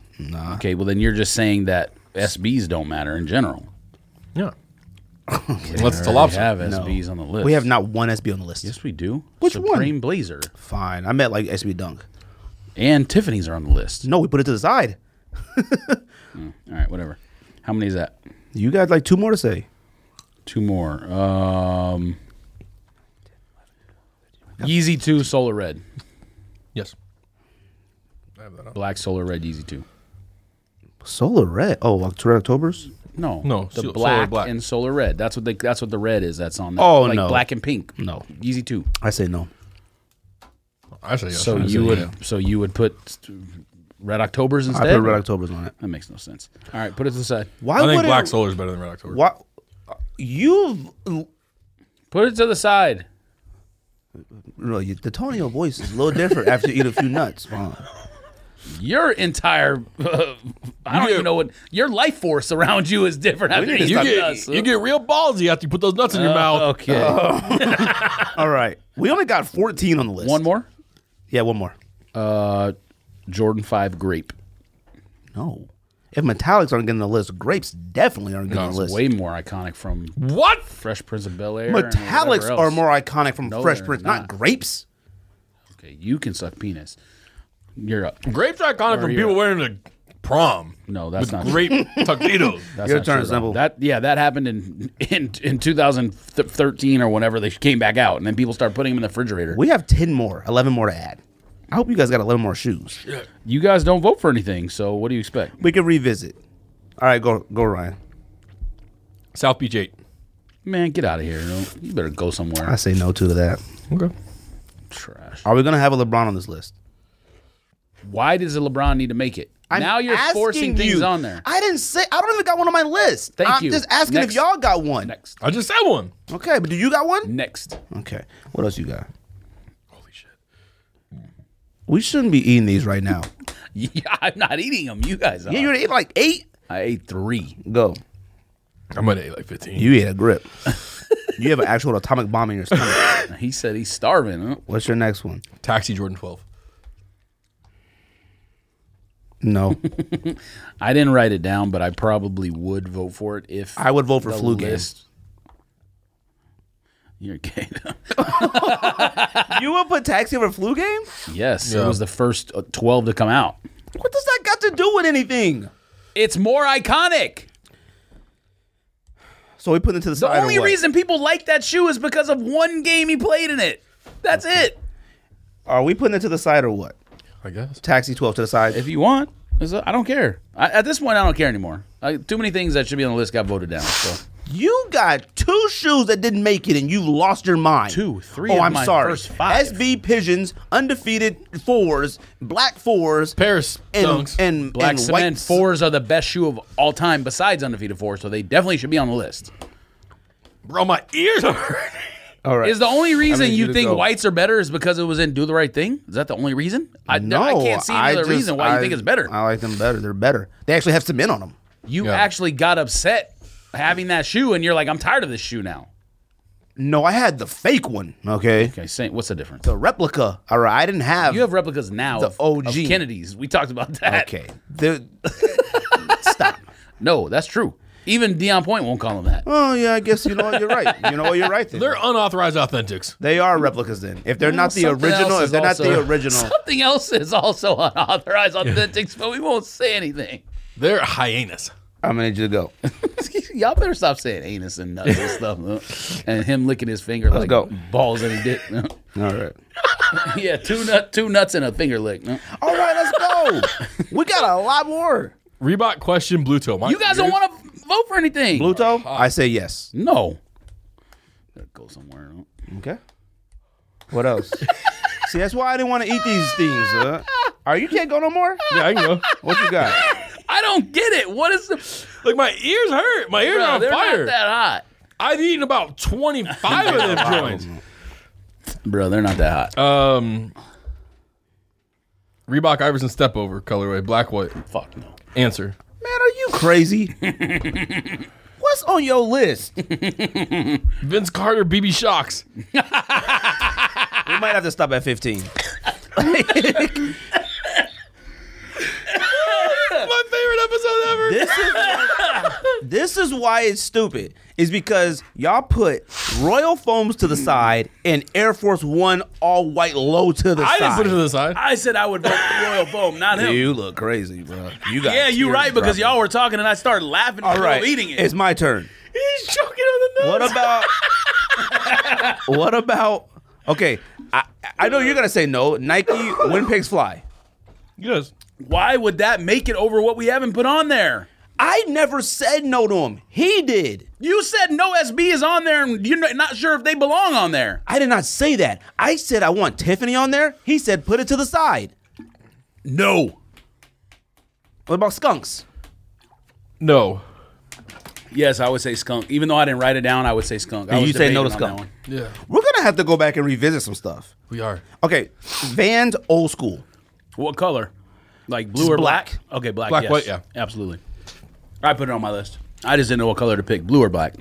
Okay, well then you're just saying that SBs don't matter in general. Yeah. Unless it's a We lobster. have SBs on the list. We have not one SB on the list. Yes, we do. Which one? Supreme Blazer Fine. I meant like SB Dunk. and Tiffany's are on the list. No, we put it to the side. All right, whatever. How many is that? You got like two more to say. Two more. Um, Yeezy Two Solar Red, Yes. Black Solar Red Yeezy Two. Solar Red. Oh, October October's. No, No, the so- black, solar black. and solar red. That's what they. That's what the red is. That's on. That. Oh, like no. black and pink. No. Yeezy Two. I say no. I say yes. So I say you would yeah. so you would put red Octobers I instead. put Red October's on it. that makes no sense. All right, put it to the side. Why I think would Black it? Solar is better than Red October. Why? uh, You've Put it to the side. no, you, the tone of your voice is a little different (laughs) after you eat a few nuts. Vaughn. Your entire, (laughs) I don't even know what your life force around you is different after You you get, us. you get real ballsy after you put those nuts in your mouth. Uh, okay. Uh, All right, we only got fourteen on the list. One more. yeah, one more. Uh, Jordan Five Grape. No, if metallics aren't getting the list, grapes definitely aren't getting No, on the It's list. way more iconic from What? Fresh Prince of Bel Air. metallics are more iconic from No, Fresh they're Prince, not, not. grapes. Okay, you can suck penis. You're up. Grapes are iconic from people wearing them to prom. No, that's not Grape (laughs) tuxedos. (laughs) That's Your not turn, true, though. Sybil. That yeah, that happened in in in 2013 or whenever they came back out, and then people started putting them in the refrigerator. We have ten more, eleven more to add. I hope you guys got eleven more shoes. you guys don't vote for anything, so what do you expect? We can revisit. All right, go go Ryan. South Beach 8. Man, get out of here! No, You better go I somewhere. say no to that. Okay. Trash. Are we gonna have a LeBron on this list? Why does LeBron need to make it? I'm now you're asking forcing things you. on there. I didn't say. I don't even got one on my list. Thank I'm you. just asking Next. if y'all got one. Next, I just said one. Okay, but do you got one? next. (laughs) Okay. What else you got? Holy shit. We shouldn't be eating these right now. Yeah, I'm not eating them. You guys are. (laughs) yeah, you ate like eight. I ate three. Go. I'm going to eat like 15. You ate a grip. (laughs) you have an actual atomic bomb in your stomach. He said he's starving. Huh? What's your next one? Taxi Jordan 12. No, I didn't write it down, but I probably would vote for it if I would vote for the flu games. list- You're gay. (laughs) You would put taxi over flu game? (laughs) Yes, it Yeah. was the first uh, 12 to come out. What does that got to do with anything? It's more iconic. So we put it to the, The side. or only what? reason people like that shoe is because of one game he played in it. That's it. are we putting it to the side or what? I guess. Taxi twelve to the side. If you want, it's a- I don't care. I, at this point, I don't care anymore. I, too many things that should be on the list got voted down. So You got two shoes that didn't make it, and you lost your mind. Two, three Oh, of I'm my sorry. first five. SB pigeons, undefeated fours, black fours, Paris and dunks. and Black and Cement white fours are the best shoe of all time, besides undefeated fours. So they definitely should be on the list. Bro, my ears are hurting. All right. Is the only reason mean, you you think go. whites are better is because it was in Do the Right Thing? Is that the only reason? I, no, I can't see I another just- reason why I- you think it's better. I like them better. They're better. They actually have cement on them. you Yeah. actually got upset having that shoe, and you're like, I'm tired of this shoe now. No, I had the fake one. Okay, Okay, same. What's the difference? the replica. All right, I didn't have. you have replicas now. The of, of OG. Kennedys. We talked about that. okay. The, stop. No, that's true. Even Dion Point won't call him that. (laughs) Oh yeah, I guess you know what you're right. You know what you're right. Then. They're unauthorized authentics. They are replicas then. If they're not the Something original, else if is they're not the also- (laughs) original, Something else is also unauthorized authentics, but we won't say anything. (laughs) They're hyenas. I'm gonna need you to go. Y'all better stop saying anus and nuts and stuff. huh? And him licking his finger like go. balls in his dick. (laughs) huh? All right. (laughs) yeah, two nut, two nuts and a finger lick. huh? All right, let's go. we got a lot more. Reebok question Bluto. My- You guys don't want to vote for anything. Pluto, Oh, I say yes. No. Better go somewhere. huh? Okay. What else? (laughs) See, that's why I didn't want to eat these things. Huh? Are you can't go no more? Yeah, I can (laughs) go. What you got? I don't get it. What is the? Like my ears hurt. My ears are on they're fire. not that hot, I've eaten about twenty five (laughs) of them joints. bro. They're not that hot. Uh, Um, Reebok Iverson step over colorway black white. Fuck no. Answer. Man, are you crazy? What's on your list? We Vince Carter BB Shocks. might have to stop at 15. My favorite episode ever. This is this is why it's stupid. Is because y'all put Royal Foams to the side and Air Force One all white low to the I side. didn't put it to the side. I said I would vote for Royal Foam, not him. You look crazy, bro. You got yeah, you're tears right because dropping. y'all were talking and I started laughing. All right, eating it. It's my turn. He's choking on the What about what about? (laughs) Okay, I I know you're gonna say no. Nike when pigs fly. Yes. Why would that make it over what we haven't put on there? I never said no to him. He did. You said no SB is on there, and you're not sure if they belong on there. I did not say that. I said I want Tiffany on there. He said put it to the side. No. What about skunks? No. Yes, I would say skunk. Even though I didn't write it down, I would say skunk. I And was you say no to debating on skunk. that Yeah. We're gonna have to go back and revisit some stuff. We are. Okay, Vans old school. one. What color? Like blue Just or black. black? Okay, black. Black, yes. white, yeah. absolutely. I put it on my list. I just didn't know what color to pick, blue or (clears throat) black.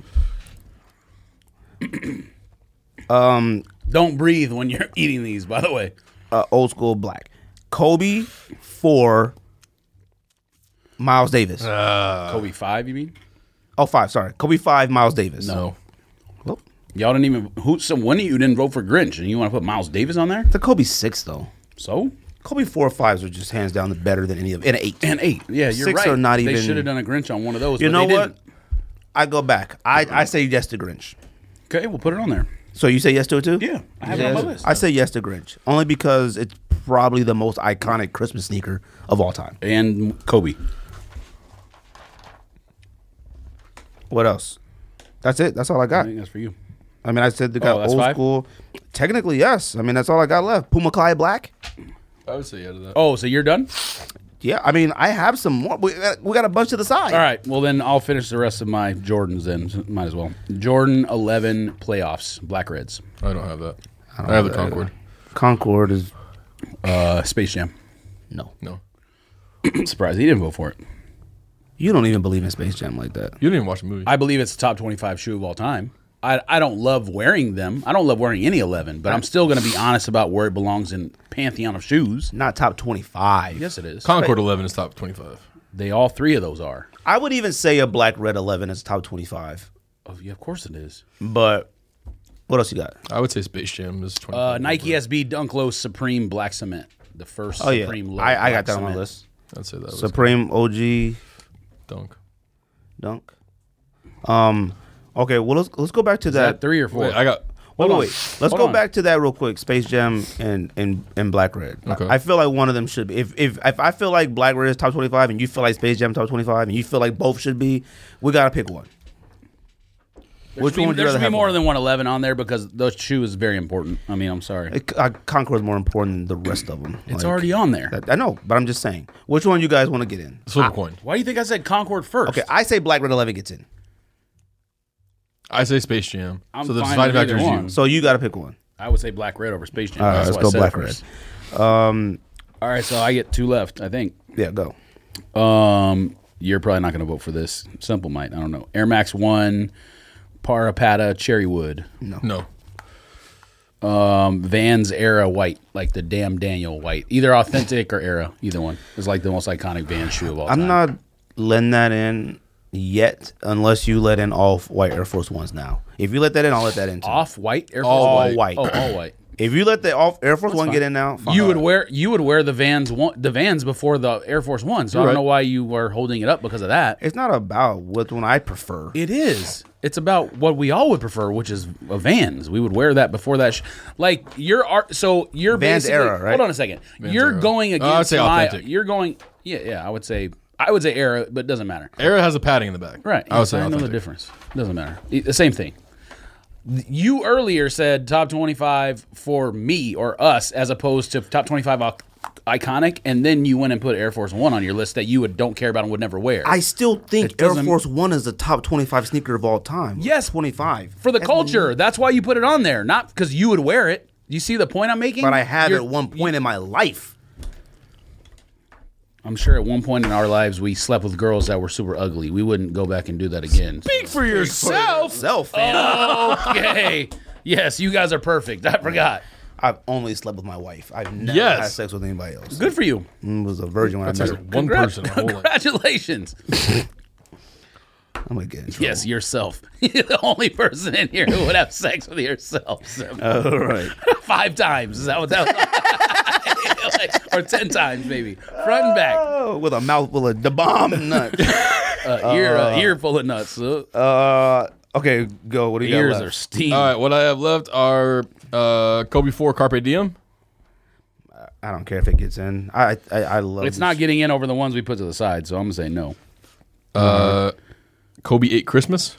Um, Don't breathe when you're (laughs) eating these. By the way, uh, old school black. Kobe for Miles Davis. Uh. Uh, Kobe five. You mean? oh five, sorry. Kobe five, Miles Davis. No. Well, Y'all didn't even. Who? So one of you didn't vote for Grinch, and you want to put Miles Davis on there? the Kobe six though. So Kobe four or fives are just hands down the better than any of and an eight. and eight. Yeah, you're Six right. are not They even- should have done a Grinch on one of those. you but know they what? didn't. I go back. I, I say yes to Grinch. Okay, we'll put it on there. So you say yes to it too? Yeah, I have You it say on yes? my list. I say yes to Grinch only because it's probably the most iconic Christmas sneaker of all time. And Kobe. What else? That's it. That's all I I got. think that's for you. I mean, I said they got Oh, that's old five? school. Technically, yes. I mean, that's all I got left. Puma Clyde Black. I would say yeah to that. Oh, so you're done? Yeah, I mean, I have some more. We got, we got a bunch to the side. All right. Well, then I'll finish the rest of my Jordans. Then might as well. Jordan eleven playoffs, black reds, I don't have that. Oh. I, have the Concord. Concord is uh, Space Jam. (clears throat) no. No. Surprised he didn't vote for it. You don't even believe in Space Jam like that. You didn't even watch the movie. I believe it's the top twenty-five shoe of all time. I, I don't love wearing them. I don't love wearing any eleven, but I'm still going to be honest about where it belongs in pantheon of shoes. Not top twenty-five. Yes, it is. Concord eleven is top twenty five. They all three of those are. I would even say a black red eleven is top twenty-five. Oh, yeah, of course it is. But what else you got? I would say Space Jam is twenty. Uh, Nike SB Dunk Low Supreme Black Cement. The first Oh yeah, Supreme Low I, I got Black that on my Cement. list. I'd say that was Supreme OG dunk. Dunk. Um. Okay. Well, let's let's go back to Is that that. three or four? Wait, I got. Hold Wait, wait, on. wait. Let's Hold go on. back to that real quick. Space Jam and and, and Black Red. Okay. I feel like one of them should be. If, if if I feel like Black Red is top twenty five, and you feel like Space Jam top twenty five, and you feel like both should be, we gotta pick one. Which There should one would be- there you rather should be have? more on? than 111 on there because the shoe is very important. I mean, I'm sorry. It- uh, Concord is more important than the rest of them. it's already on there. I know, but I'm just saying. Which one you guys want to get in? Flip Ah. a coin. Why do you think I said Concord first? Okay, I say Black Red Eleven gets in. I say Space Jam. I'm so the fine deciding with factor either is you. one. So you gotta pick one. I would say Black Red over Space Jam. All right, That's let's why I go said Black it Red. first. Um, All right, so I get two left, I think. yeah, go. Um, you're probably not going to vote for this. Simple might. I don't know. Air Max 1, Parapata, Cherrywood, Hmm. No. um, Vans Era White, like the damn Daniel White. Either authentic or Era, either one. It's like the most iconic Van shoe of all I'm time. not letting that in. yet unless you let in all white Air Force Ones now. If you let that in, I'll let that in. too. Off white Air Force All One? white. Oh, all white. If you let the all Air Force One fine. get in now, fine. You would wear you would wear the Vans one, the Vans before the Air Force One. So I don't right. know why you were holding it up because of that. It's not about which one I prefer. It is. It's about what we all would prefer, which is uh, Vans. We would wear that before that. Sh- like your art. So you're Vans basically- era, right? Hold on a second. you're era. going Uh, I'd against say my. authentic. You're going. Yeah, yeah. I would say. I would say era, but it doesn't matter. Era has a padding in the back. Right. I would say know the authentic. difference. Doesn't matter. E- The same thing. You earlier said top 25 for me or us as opposed to top 25 ic- iconic, and then you went and put Air Force One on your list that you would don't care about and would never wear. I still think Air doesn't- Force One is the top twenty-five sneaker of all time. Yes. twenty-five for the culture. That's why you put it on there, not because you would wear it. You see the point I'm making? But I have You're- at one point in my life. I'm sure at one point in our lives we slept with girls that were super ugly. We wouldn't go back and do that again. (laughs) Speak for yourself. Self, Oh. man. okay. Yes, you guys are perfect. I forgot. I've only slept with my wife. I've never Yes. had sex with anybody else. Good for you. Mm, was a virgin when I met her. One Congrat- person. (laughs) a whole lot. Congratulations. I'm gonna get in trouble. yes, yourself. You're (laughs) the only person in here who would have sex with yourself. All Oh, right. (laughs) Five times. Is that what that was? (laughs) or ten times, maybe. Front and back. Oh, with a mouthful of the bomb nuts. (laughs) Uh, ear, uh, ear full of nuts. Uh, Uh, okay, go. What do you ears got are left? steamed. All right, what I have left are uh, Kobe Four Carpe Diem. I don't care if it gets in. I I, I love. It's not getting in over the ones we put to the side, so I'm gonna say no. Uh, Kobe Eight Christmas.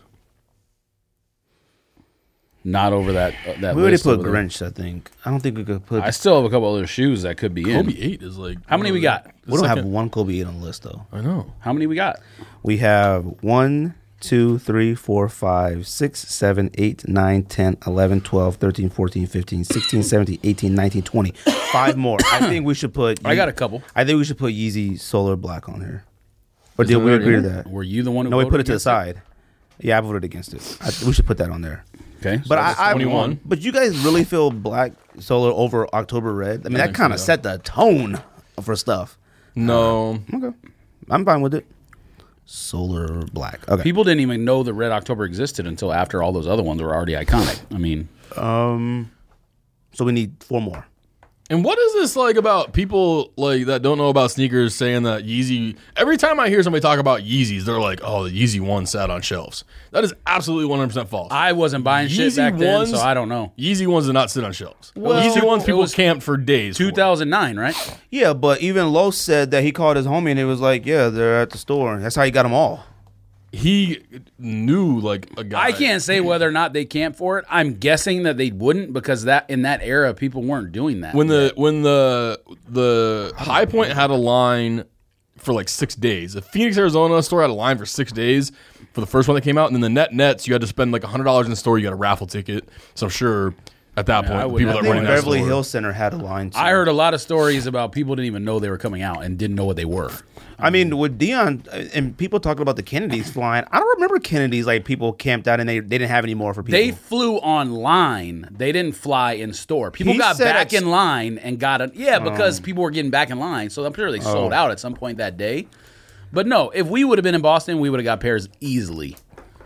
Not over that. Uh, that We already list put over there. Grinch. I think. I don't think we could put. I still have a couple other shoes that could be Kobe in. Eight is like How many we got? we don't have one Kobe eight on the list though. I know. How many we got? We have one, two, three, four, five, six, seven, eight, nine, 10, 11, 12, 13, 14, 15, 16, 17, 18, 19, 20. Five more. I think we should (coughs) put. I got a couple. I think we should put Yeezy Solar Black on here. Or did we already agree to in that? Were you the one who No, we voted put it to the against side. Yeah, I voted against it. I, we should put that on there. Okay, But I, I 21. But you guys really feel Black Solar over October Red? I mean, that kind of set the tone for stuff. No, Okay, I'm fine with it. Solar Black. Okay. people didn't even know that Red October existed until after all those other ones were already iconic. I mean, So we need four more. And what is this like about people like that don't know about sneakers saying that Yeezy? Every time I hear somebody talk about Yeezys, they're like, "Oh, the Yeezy One sat on shelves." That is absolutely one hundred percent false. I wasn't buying shit Yeezy back then, ones- so I don't know. Yeezy Ones did not sit on shelves. Well, Yeezy Ones it people was camped for days. for. 2009, right? Yeah, but even Los said that he called his homie and it was like, yeah, they're at the store. That's how he got them all. He knew like a guy. I can't say whether or not they camp for it. I'm guessing that they wouldn't because that in that era people weren't doing that. when the when the the High Point had a line for like six days. The Phoenix, Arizona store had a line for six days for the first one that came out, and then the Net Nets, you had to spend like hundred dollars in the store. You got a raffle ticket, so I'm sure at that I point, the would people not that I were think in that Beverly store, Hills Center had a line. Too. I heard a lot of stories about people didn't even know they were coming out and didn't know what they were. I mean, with Dion uh, and people talking about the Kennedys flying, I don't remember Kennedys like people camped out and they, they didn't have any more for people. They flew online. They didn't fly in store. People He got said back it's- Oh. in line and got it. Yeah, because people were getting back in line. So I'm sure they sold out at some point that day. But no, if we would have been in Boston, we would have got pairs easily.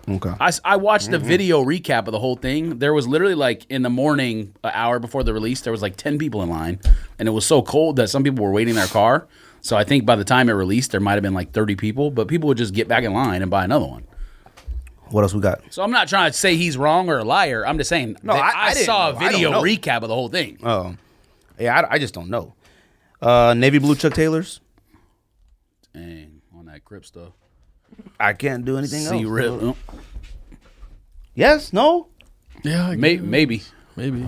okay. Mm-hmm. I, s- I watched the video recap of the whole thing. There was literally like in the morning, an hour before the release, there was like 10 people in line. And it was so cold that some people were waiting in their car. So I think by the time it released, there might have been like 30 people, but people would just get back in line and buy another one. What else we got? So I'm not trying to say he's wrong or a liar. I'm just saying no, I- I, I didn't saw a know. I don't video know. recap of the whole thing. Oh, yeah, I, I just don't know. Uh, Navy blue Chuck Taylors. Dang, on that Crip stuff. I can't do anything See, Oh, else. real, Yes, no. yeah, I- may, maybe. maybe.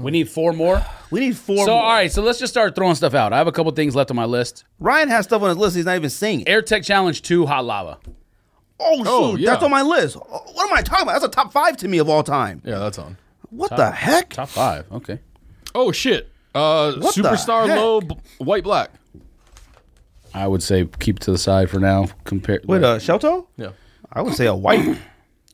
We need four more. We need four. So more. all right, so let's just start throwing stuff out. I have a couple things left on my list. Ryan has stuff on his list. He's not even seeing it. Air Tech Challenge Two Hot Lava. Oh, Oh, shoot, yeah. that's on my list. Oh, What am I talking about? That's a top five to me of all time. Yeah, that's on. What the heck? Top five. Okay. Oh shit! Uh, What the superstar heck? low b- white black. I would say keep to the side for now. Compare. Wait, uh, Shelto? Yeah, I would say (coughs) a white.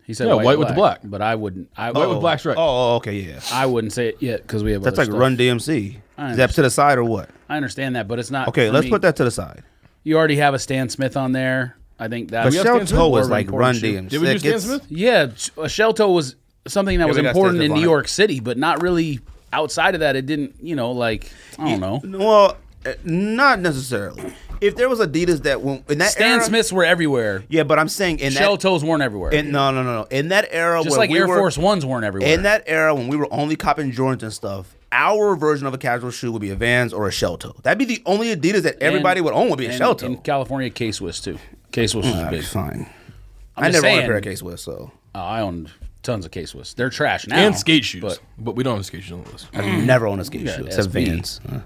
he said yeah, white with the black. but I wouldn't. I, White with Oh. black stripe. Oh, okay, yeah. I wouldn't say it yet because we have. That's other like stuff. Run DMC. Is that to the side or what? I understand that, but it's not. Okay, for let's me. put that to the side. You already have a Stan Smith on there. I think that But We got Shell Stan Smith Toe more is of an like important Run shoe. DMC. Did we do Stan It's- Smith? Yeah, a shell toe was something that was we got important Stan in Smith New on it. York City, but not really outside of that. It didn't, you know, like I don't know. Well, eh, not necessarily. If there was Adidas that when in that Stan era, Smiths were everywhere. yeah, but I'm saying in Shell that toes weren't everywhere. in, no no no no in that era Just when like we Air were, Force Ones weren't everywhere. in that era when we were only copping Jordans and stuff. Our version of a casual shoe would be a Vans or a Shell Toe. That'd be the only Adidas that everybody would own would be a and- Shell Toe. In California, K Swiss too. K Swiss was big. Fine. I'm I just never owned a saying. pair of K Swiss, so Uh, I owned tons of K Swiss. They're trash now. and skate shoes, But but, we don't have skate shoes on the list. I've never owned a skate Mm. got shoe except SB. Vans uh,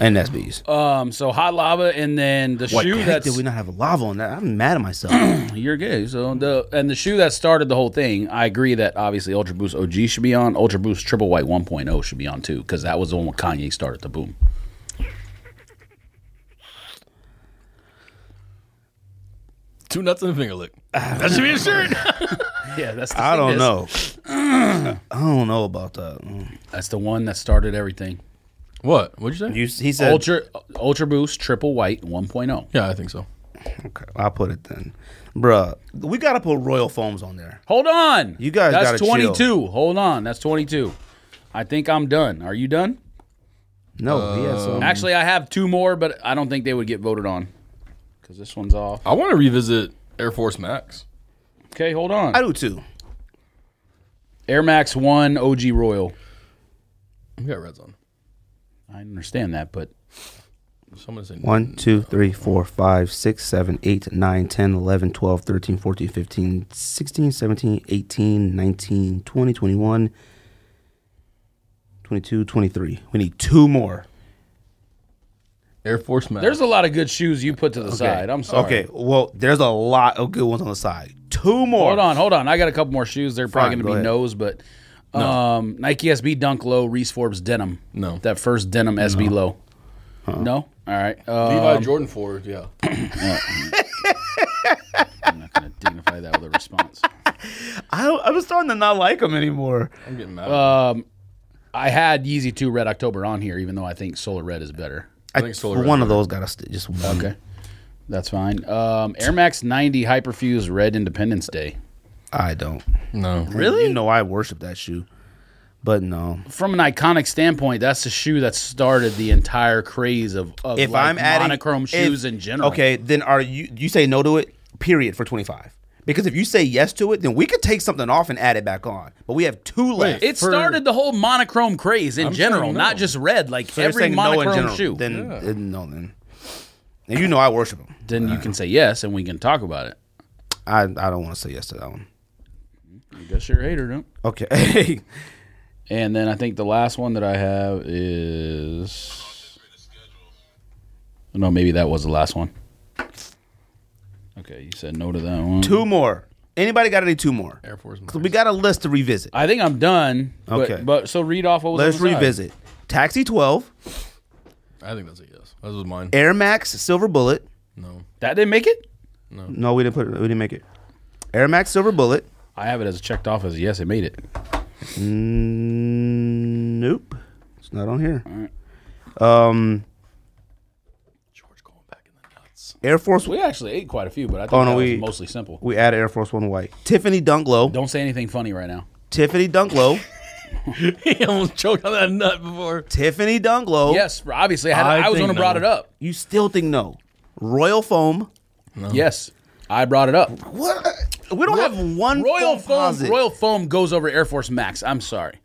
and SBs. um, so hot lava, and then the Why the shoe heck that's did we not have lava on that? I'm mad (clears throat) at myself. You're gay. So the and the shoe that started the whole thing. I agree that obviously Ultra Boost OG should be on. Ultra Boost Triple White 1.0 should be on too because that was the one where Kanye started the boom. Two nuts and a finger lick. That should be a shirt. Yeah, that's. The I (clears throat) don't know. I don't know about that. That's the one that started everything. what? What'd you say? You, he said, Ultra Ultra Boost Triple White oh. 1.0. yeah, I think so. Okay, I'll put it then, bruh. We gotta put royal foams on there. Hold on, You guys That's gotta chill. 22. Hold on, that's 22. I think I'm done. Are you done? No, he has um, some. Actually, I have two more, but I don't think they would get voted on because this one's off. I want to revisit Air Force Max. Okay, hold on. I do too. Air Max One OG Royal. We got reds on. I understand that, but Someone say One, two, three, four, five, six, seven, eight, nine, 10, 11, 12, 13, 14, 15, 16, 17, 18, 19, 20, 21, 22, 23. We need two more. Air Force Max. There's a lot of good shoes you put to the side. I'm sorry. Okay, well, there's a lot of good ones on the side. Two more. Hold on, hold on. I got a couple more shoes. They're probably Fine, going go to be ahead. no's, but um, Nike SB Dunk Low, Reese Forbes Denim. No. That first denim SB Low. No? All (laughs) right. Levi Um, Jordan Ford. Yeah. I'm not going to dignify that with a response. I, don't- I'm starting to not like them anymore. I'm getting mad. Uh, I had Yeezy 2 Red October on here, even though I think Solar Red is better. I think Solar one of those got to st- just one. Okay. That's fine. Um, Air Max 90 Hyperfuse Red Independence Day. I don't. no. Really? You know I worship that shoe, but no. From an iconic standpoint, that's the shoe that started the entire craze of, of if like, I'm adding monochrome if- shoes in general. Okay, then are you you say no to it? Period for twenty five. Because if you say yes to it, then we could take something off and add it back on. But we have two left. It started the whole monochrome craze in general, saying no. not just red. Like So you're every saying no in monochrome general. shoe. Then, Then, then no, then. And you know I worship them. you can say yes, and we can talk about it. I I don't want to say yes to that one. I guess you're a hater, don't? Okay. (laughs) And then I think the last one that I have is no, maybe that was the last one. Okay, you said no to that one. two more. Anybody got any two more? Air Force Max. So we got a list to revisit. I think I'm done. but- Okay. but, so read off what was. on Let's the side. revisit. Taxi 12, I think that's a yes. That was mine. Air Max Silver Bullet. No. That didn't make it. No, we didn't put it. We didn't make it. Air Max Silver Bullet. I have it as checked off as yes. It made it. Mm, nope, it's not on here. George going back in the nuts. (laughs) Air Force. We actually ate quite a few, but I think Oh, no, that was we- mostly simple. We added Air Force One white. Tiffany Dunklow. Don't say anything funny right now. (laughs) Tiffany Dunklow. he almost choked on that nut before. Tiffany Dunklow. Yes, obviously. I, had, I, Oh. I was the think one who brought no. it up. You still think no? Royal Foam. Yes, I brought it up. What? We don't have one Royal faux foam. pas. Royal foam goes over Air Force Max. I'm sorry.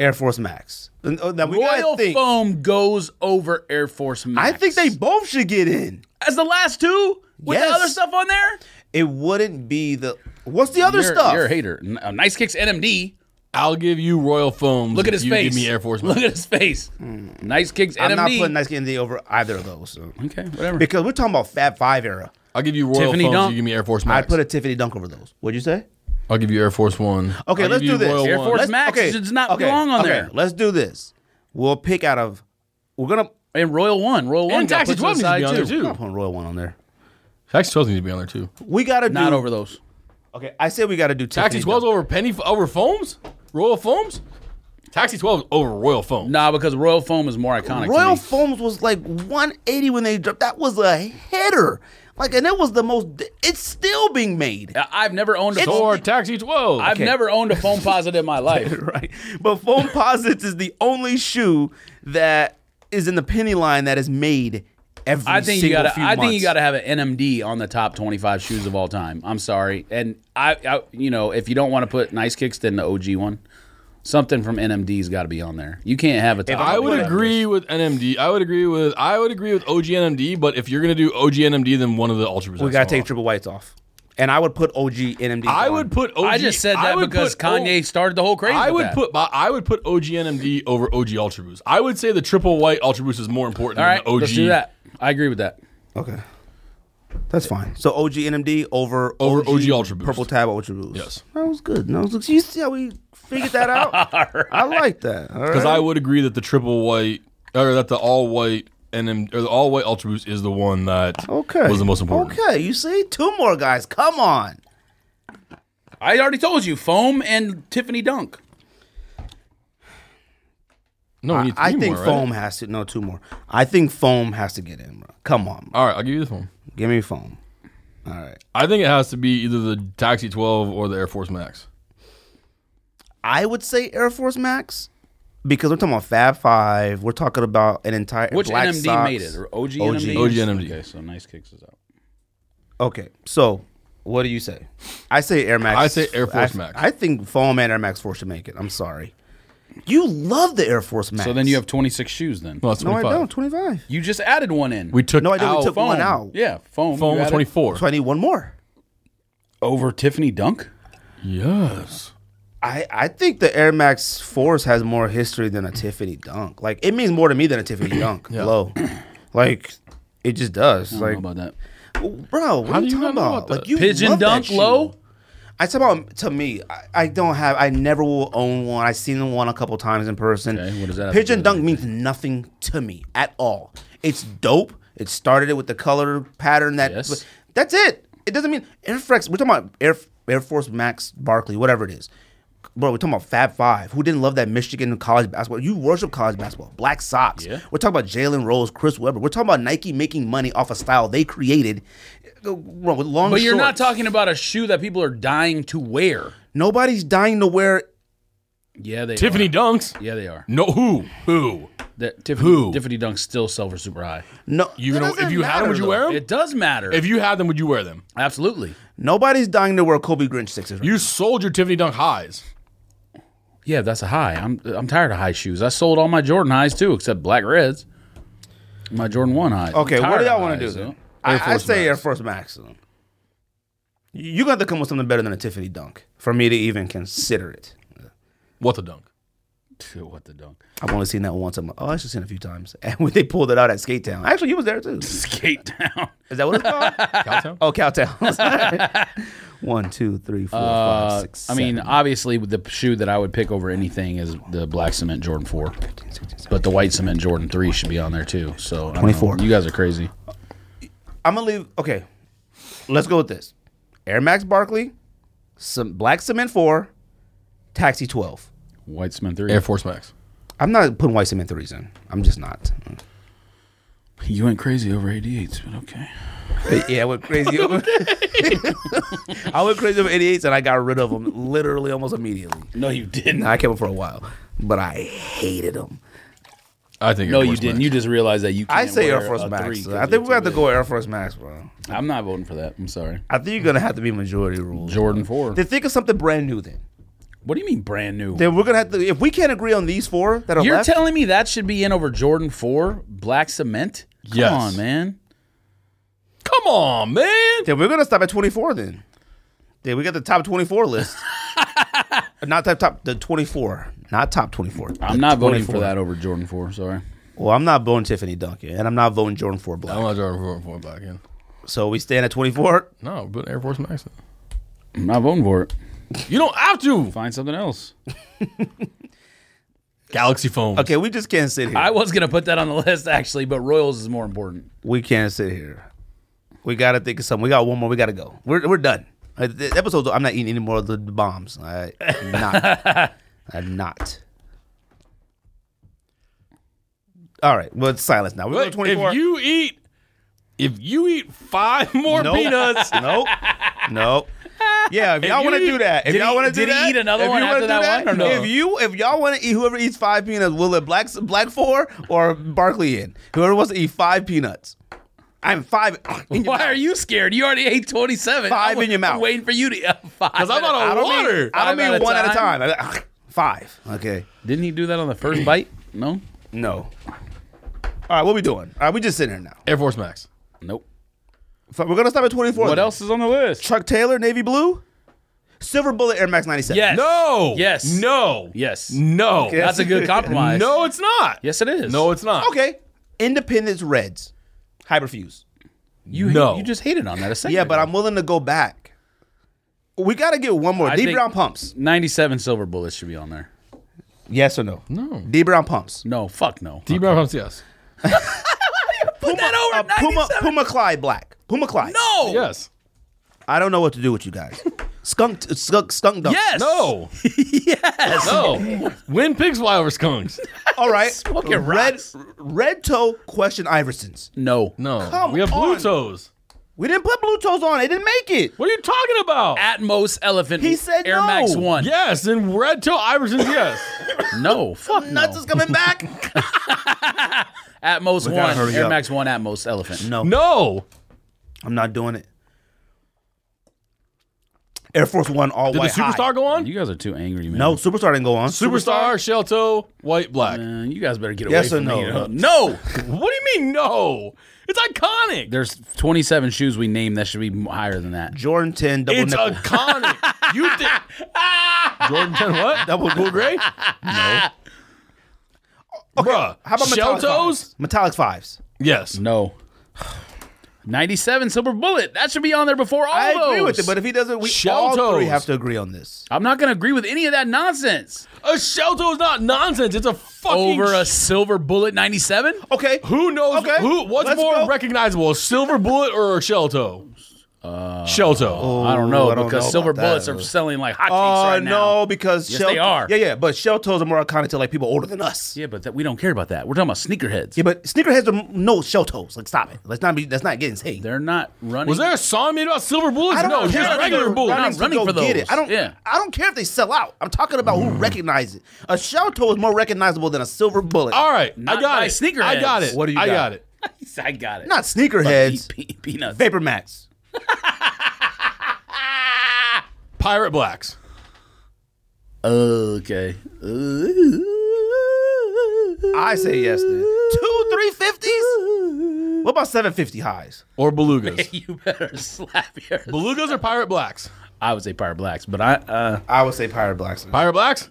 Air Force Max. And, uh, Now we Royal gotta think. foam goes over Air Force I Max. think they both should get in. as the last two with Yes. the other stuff on there. It wouldn't be the. What's the other you're, stuff? You're a hater. N- uh, Nice kicks NMD. I'll give you Royal Foams. Look at if his you face. Give me Air Force. (laughs) Look Max. at his face. Nice kicks NMD. Hmm. I'm not putting Nice Candy over either of those. so. Okay, whatever. Because we're talking about Fab Five era. I'll give you Royal Tiffany Foams. Dunk. You give me Air Force I'd Max. put a Tiffany Dunk over those. What'd you say? I'll give you Air Force One. Okay, I'll let's give you do this. Royal Air One. Force Let's- Max does not belong on there. Let's do this. We'll pick out of. We're gonna and Royal One. Royal One. And got Taxi put to the 12 needs to side be on there too. too. put Royal One on there. Taxi 12 needs to be on there too. We gotta do. Not over those. Okay, I said we gotta do Taxi Tiffany 12 Dunk. over Penny over Foams. Royal Foams. Taxi 12 over Royal Foams. Nah, because Royal foam is more iconic. to Royal me. Foams was like 180 when they dropped. That was a hitter. Like, and it was the most. It's still being made. I- I've never owned a It's- foam. Or taxi twelve. I've okay. never owned a foam posit in (laughs) my life. (laughs) right? But (laughs) foam posits is the only shoe that is in the penny line that is made every. I think you single gotta. few I think you months. gotta have an NMD on the top twenty-five shoes of all time. I'm sorry, and I, I you know, if you don't want to put nice kicks, then the OG one. Something from NMD's got to be on there. You can't have a top. I would agree with NMD. I would agree with I would agree with OG NMD. But if you're gonna do OG NMD, then one of the ultra. We gotta take triple whites off, and I would put OG NMD. I on. would put. OG, I just said I that would because put O- Kanye started the whole craze. I with would that. put my- I would put OG NMD over OG Ultra Boost. I would say the triple white Ultra Boost is more important All right, than the OG let's do that. I agree with that. Okay. That's fine. So OG NMD over Over OG Ultra Boost. Purple Tab Ultra Boost. Yes. that was good. No, so you see how we figured that (laughs) out? I like that. All because right. I would agree that the triple white or that the all white NM or the all white Ultra Boost is the one that okay was the most important. Okay, you see, two more guys. Come on. I already told you, foam and Tiffany Dunk. No, we need three I think more, right? foam has to. No, two more. I think foam has to get in, bro. Come on, bro. All right, I'll give you this one. give me foam. All right. I think it has to be either the Taxi 12 or the Air Force Max. I would say Air Force Max because we're talking about Fab Five. We're talking about an entire Which Black NMD Sox. made it? Or OG, OG. NMD? OG NMD. Okay, so nice kicks is out. Okay, so what do you say? I say Air Max. I say Air Force I- Max. I think Foam and Air Max Four should make it. I'm sorry. You love the Air Force Max. So then you have 26 shoes then. No, it's no, 25. I don't. Twenty five. You just added one in. We took No, I didn't. out We took foam. one out. Yeah, foam. foam You was added 24. So I need one more. Over Tiffany Dunk? Yes. I, I think the Air Max Force has more history than a Tiffany Dunk. Like it means more to me than a Tiffany Dunk. Low, like it just does. I don't Like, know about that. bro, what How are you do you not talking know about? about Like that? you Pigeon love that Dunk shoe. low? I talk about to me. I, I don't have. I never will own one. I've seen one a couple times in person. Okay, what does that have to Pigeon do with Dunk means nothing to me at all. It's dope. It started it with the color pattern that. Yes. but That's it. It doesn't mean Air Force. We're talking about Air Air Force Max Barkley, whatever it is. Bro, we're talking about Fab Five. Who didn't love that Michigan college basketball? You worship college basketball. Black Sox. Yeah. We're talking about Jalen Rose, Chris Webber. We're talking about Nike making money off a style they created. uh, Bro, with long But you're not shorts. talking about a shoe that people are dying to wear. Nobody's dying to wear Yeah, they Tiffany are. Dunks. Yeah, they are. No, who? Who? That, Tiffany, Who? Tiffany Dunk still sell for super high. no. You That gonna, doesn't if you had them, matter, would you though. wear them? It does matter. if you had them, would you wear them? Absolutely. Nobody's dying to wear Kobe Grinch sixes. Right? You sold your Tiffany Dunk highs. Yeah, that's a high. I'm I'm tired of high shoes. I sold all my Jordan highs too, except black reds. My Jordan one high. okay, what do y'all want to do? Then? though? I, I say Air Force Max. then. You you got to come with something better than a Tiffany Dunk for me to even consider it. What the dunk? Phew, What the dunk? I've only seen that once. I'm like, oh, I should seen it a few times. (laughs) And when they pulled it out at Skate Town, actually, you was there too. Is Skate down. that what it's called? (laughs) Cowtown? (laughs) oh, Cowtown. (laughs) One, two, three, four, Uh, five, six, I mean, seven, obviously, with the shoe that I would pick over anything is the black cement Jordan four, 15, 16, 17. but the white cement Jordan three should be on there too. So I don't know. 24. You guys are crazy. I'm gonna leave. Okay, let's go with this. Air Max Barkley, some Black Cement Four, Taxi Twelve. White cement three. Air Force Max. I'm not putting white cement threes in. I'm just not. You went crazy over eighty eights, but okay. (laughs) yeah, I went (laughs) crazy. Over, (laughs) I went crazy over 88s and I got rid of them literally almost immediately. No, you didn't. I kept them for a while, but I hated them. I think. No, Air you Force didn't. Max. You just realized that you. Can't I say Air wear Force a three Max. 'cause I think it's we got to too go Air Force Max, bro. big. I'm not voting for that. I'm sorry. I think you're gonna have to be majority rule. Jordan four. Then think of something brand new. Then, What do you mean brand new? then we're gonna have to. If we can't agree on these four that are You're left, telling me that should be in over Jordan 4, black cement? Come Yes. on, man. Come on, man. then we're gonna stop at 24. Then, then we got the top 24 (laughs) list. not top top the 24, not top 24. I'm not voting for 24. that over Jordan 4, sorry. Well, I'm not voting Tiffany Duncan, and I'm not voting Jordan for Black. I'm not Jordan Four Four back in. So we stand at 24. No, but Air Force Max. I'm not voting for it. You don't have to. Find something else. Galaxy phone. Okay, we just can't sit here. I was going to put that on the (laughs) list actually, but Royals is more important. we can't sit here. We got to think of something. We got one more. We got to go. We're, we're done. Uh, The episode's I'm not eating any more of the, the bombs. I, am not. I'm not. All right. Well, it's silence now. We're But going to 24. if you eat if you eat five more (laughs) Nope. peanuts, nope. Nope. Yeah, if y'all want to you eat- do that, if did y'all he- want to do did he that, eat another if one you wanna after do that one or no? If you, if y'all want to eat, whoever eats five peanuts, will it black black four or Barkley in? Whoever wants to eat five peanuts, I'm five. (coughs) in your Why mouth. are you scared? You already ate 27. Five I'm- in your mouth. I'm waiting for you to (laughs) uh, five. Because I'm out of water. I Five don't mean at a one at a time? time. (coughs) I- ah, Five. Okay. Didn't he do that on the first (clears throat) bite? No? No. All right. What we doing? All right. We just sitting here now. Air Force Max. Nope. So We're gonna stop at twenty four. What else is on the list? Chuck Taylor, navy blue, silver bullet, Air Max ninety seven. Yes. No. Yes. No. Yes. No. That's a (laughs) good compromise. No, it's not. Yes, it is. No, it's not. Okay. Independence Reds, hyperfuse. You, No. you just hated on that a second. Yeah, but ago. I'm willing to go back. We got to get one more. I D think- Brown pumps. 97 silver bullets should be on there. Yes or no? No. D Brown pumps. No, fuck no. D Brown pumps yes. Put that Uh, Puma Puma Clyde Black. Puma Clyde. No. Yes. I don't know what to do with you guys. skunk skunk skunk dunk. Yes. No. yes. No. When pigs fly over skunks. All right. Smoking red rocks. red toe question Iversons. No. No. Come we have on. Bluetooths. We didn't put blue toes on. They didn't make it. What are you talking about? Atmos elephant. He said Air no. Max 1. yes, and Red Toe Iverson's yes. No. Fuck no. Nuts is coming (laughs) back. Atmos gotta 1. hurry Air up. Max 1 Atmos elephant. no, No. I'm not doing it. Air Force One all Did white. the superstar high. go on? You guys are too angry, man. No, superstar didn't go on. Superstar, Shell Toe, White, Black. Uh, you guys better get Yes away or from no? me. Uh, (laughs) No. What do you mean no? It's iconic. There's 27 shoes we named that should be m- higher than that. Jordan Ten double It's nickel. iconic. you think Jordan 10 what? Double blue gray? No. Bruh. How about Shell metallic Toes? fives? Metallic fives. Yes. No. 97 silver bullet. That should be on there before all I those. agree with it, but if he doesn't, we Shell all three toes. have to agree on this. I'm not going to agree with any of that nonsense. A shell toe is not nonsense. It's a fucking Over a silver bullet 97? Okay. Uh, Who knows Okay, who? What's let's more go. recognizable, a silver bullet or a shell toe? shell toe. I don't know Oh, I don't because know silver about that. bullets are selling like hotcakes Oh right now. no, because Yes, shell they are. Yeah, yeah, but shell toes are more iconic to like people older than us. Yeah, Yeah, but that, we don't care about that. We're talking about sneakerheads. but sneakerheads are no shell toes. Like stop it. Let's not be. That's not getting hate. They're not running. Was there a song made about silver bullets? I don't No, care just if regular they're bullets. running- to running go for get those. it. I don't. Yeah. Mm. I don't care if they sell out. I'm talking about who recognizes it. A shell toe is more recognizable than a silver bullet. All right, Not I got by it. sneakerheads. I got it. What do you I got? got it. (laughs) I got it. not Pe- sneakerheads. pe- peanuts. Vapor Max. Pirate blacks. Okay. I say yes. Then two three fifties. What about seven fifty highs? Or (laughs) belugas. you better slap your. belugas or pirate blacks? I would say pirate blacks, but I. uh I would say Pirate Blacks. Pirate blacks?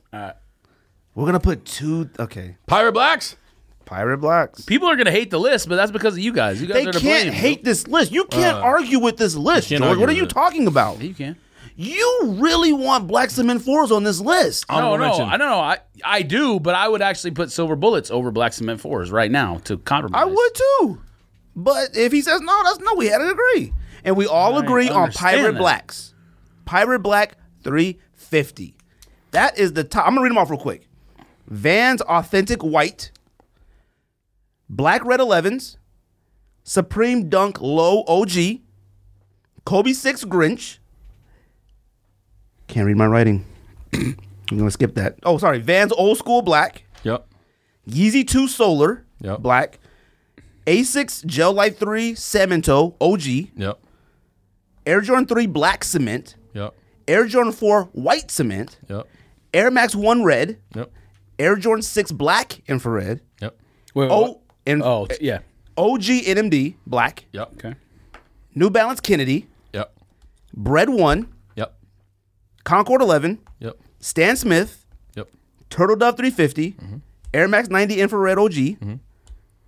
We're gonna put two. Okay, Pirate blacks? Pirate Blacks. People are gonna hate the list, but that's because of you guys. You guys They are to can't blame. hate this list. You can't argue with this list, Uh, can't George. argue What are with you it. talking about? You can. You really want black cement fours on this list? No, Honorable no, mention. I don't know. I I do, but I would actually put silver bullets over black cement fours right now to compromise. I would too. But if he says no, that's no. We had to agree, and we all agree on understand Pirate that. Blacks. Pirate Black three fifty. That is the top. I'm gonna read them off real quick. Vans Authentic White, Black Red Elevens, Supreme Dunk Low OG, Kobe Six Grinch. Can't read my writing. (clears throat) I'm gonna skip that. Oh, sorry. Vans Old School Black. Yep. Yeezy 2 Solar, Yep. black. A6 Gel Light 3 Cemento, OG. Yep. Air Jordan 3 Black Cement. Yep. Air Jordan 4 White Cement. Yep. Air Max 1 Red. Yep. Air Jordan 6 Black Infrared. Yep. Wait, wait, O, and what? oh, t- yeah. OG NMD, black. Yep. Okay. New Balance Kennedy. Yep. Bread 1. Yep. Concord 11. Yep. Stan Smith. Yep. Turtle Dove 350. Mm-hmm. Air Max 90 Infrared OG.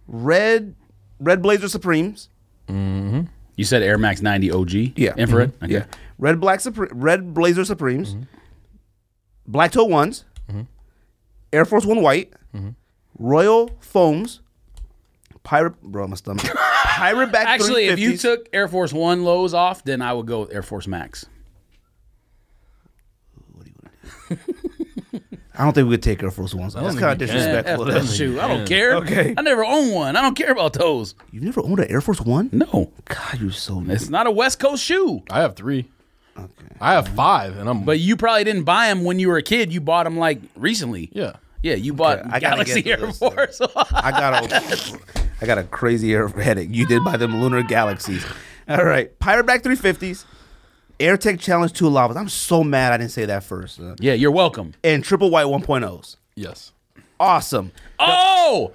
Red Red Blazer Supremes. You said Air Max 90 OG? Yeah. Infrared? Okay. Yeah. Red Black Supre- Red Blazer Supremes, Mm-hmm. Black Toe Ones, Air Force One White, Mm-hmm. Royal Foams, Pirate Bro, (laughs) my stomach. Pirate Back Actually, if you 350s. took Air Force One lows off, then I would go with Air Force Max. I don't think we could take Air Force Ones. That's kind of disrespectful. F that shoe. I don't care. Okay. I never own one. I don't care about those. You've never owned an Air Force One? No, God, you're so. it's not a West Coast shoe. I have three. I have five, and I'm. But you probably didn't buy them when you were a kid. You bought them like recently. yeah, Yeah, you bought I gotta Galaxy get to Air this Force. (laughs) I got a, I got a crazy air headache. You did by them lunar galaxies. All right, Pirate Back 350s, AirTech Challenge 2 Lavas. I'm so mad I didn't say that first. uh, yeah, you're welcome. And Triple White 1.0s. yes. Awesome. Oh,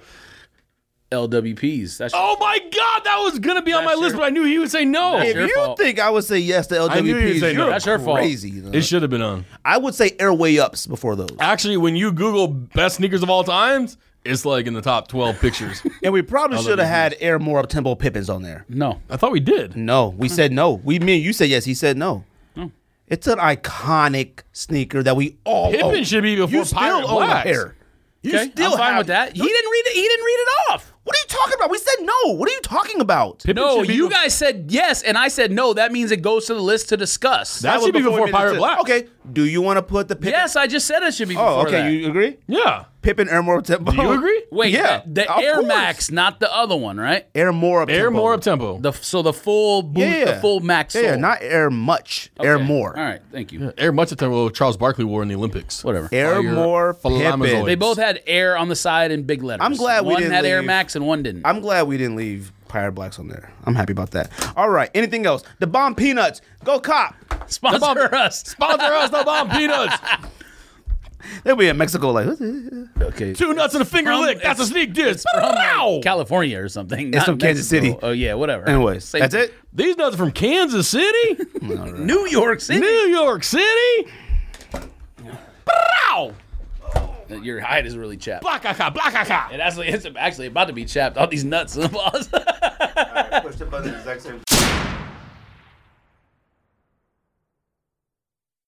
LWPs. That's Oh my God, that was gonna be on my That's list, your- but I knew he would say no. That's If your you fault. think I would say yes to LWPs, I knew you'd say no. you're That's your fault. crazy. though. It should have been on. I would say Airway Ups before those. Actually, when you Google best sneakers of all times, it's like in the top twelve pictures. And we probably should LWPs. have had Air More Up Tempo Pippins on there. no. (laughs) I thought we did. No, we said no. We mean you said yes. He said no. Hmm. It's an iconic sneaker that we all Pippin own. should be before you still Pirate own a Blacks. pair. You Okay, still I'm fine have- with that. He didn't read it. He didn't read it off. What are you talking about? We said no. What are you talking about? Pippin No, should be you bef- guys said yes, and I said no. That means it goes to the list to discuss. That, was should be before, we made it Pirate to- Black. Okay. Do you want to put the Pippin? yes, I just said it should be. Oh, before okay. that. You agree? Yeah. Pippin Air More Up Tempo. Do you agree? Wait, (laughs) Yeah, the, the of Air course. Max, not the other one, right? Air More Up Air Tempo. more up tempo. The so the full boot, Yeah, yeah. the full Max. Yeah, yeah, sole. not Air Much. Air Okay. More. All right, thank you. Air much of tempo Charles Barkley wore in the Olympics. Whatever. Air Fire More Flamazoid. Pippin. They both had air on the side in big letters. I'm glad we one didn't had Air leave. Max and one didn't. I'm glad we didn't leave Pirate Blacks on there. I'm happy about that. All right. Anything else? The Bomb Peanuts. Go cop. Sponsor bomb- (laughs) us. Sponsor us, the (laughs) bomb peanuts. They'll be in Mexico like, (laughs) "What's this?" Okay. Two nuts and a finger From- lick. That's a it's- sneak dish. Wow. California or something. It's not from Kansas Mexico. City. Oh yeah, whatever. Anyways, Same that's thing. it. These nuts are from Kansas (laughs) City, New York City. New York City. Wow. Your hide is really chapped. Blakaka, blakaka. (laughs) It actually, it's actually about to be chapped. All these nuts. Push the button at the exact same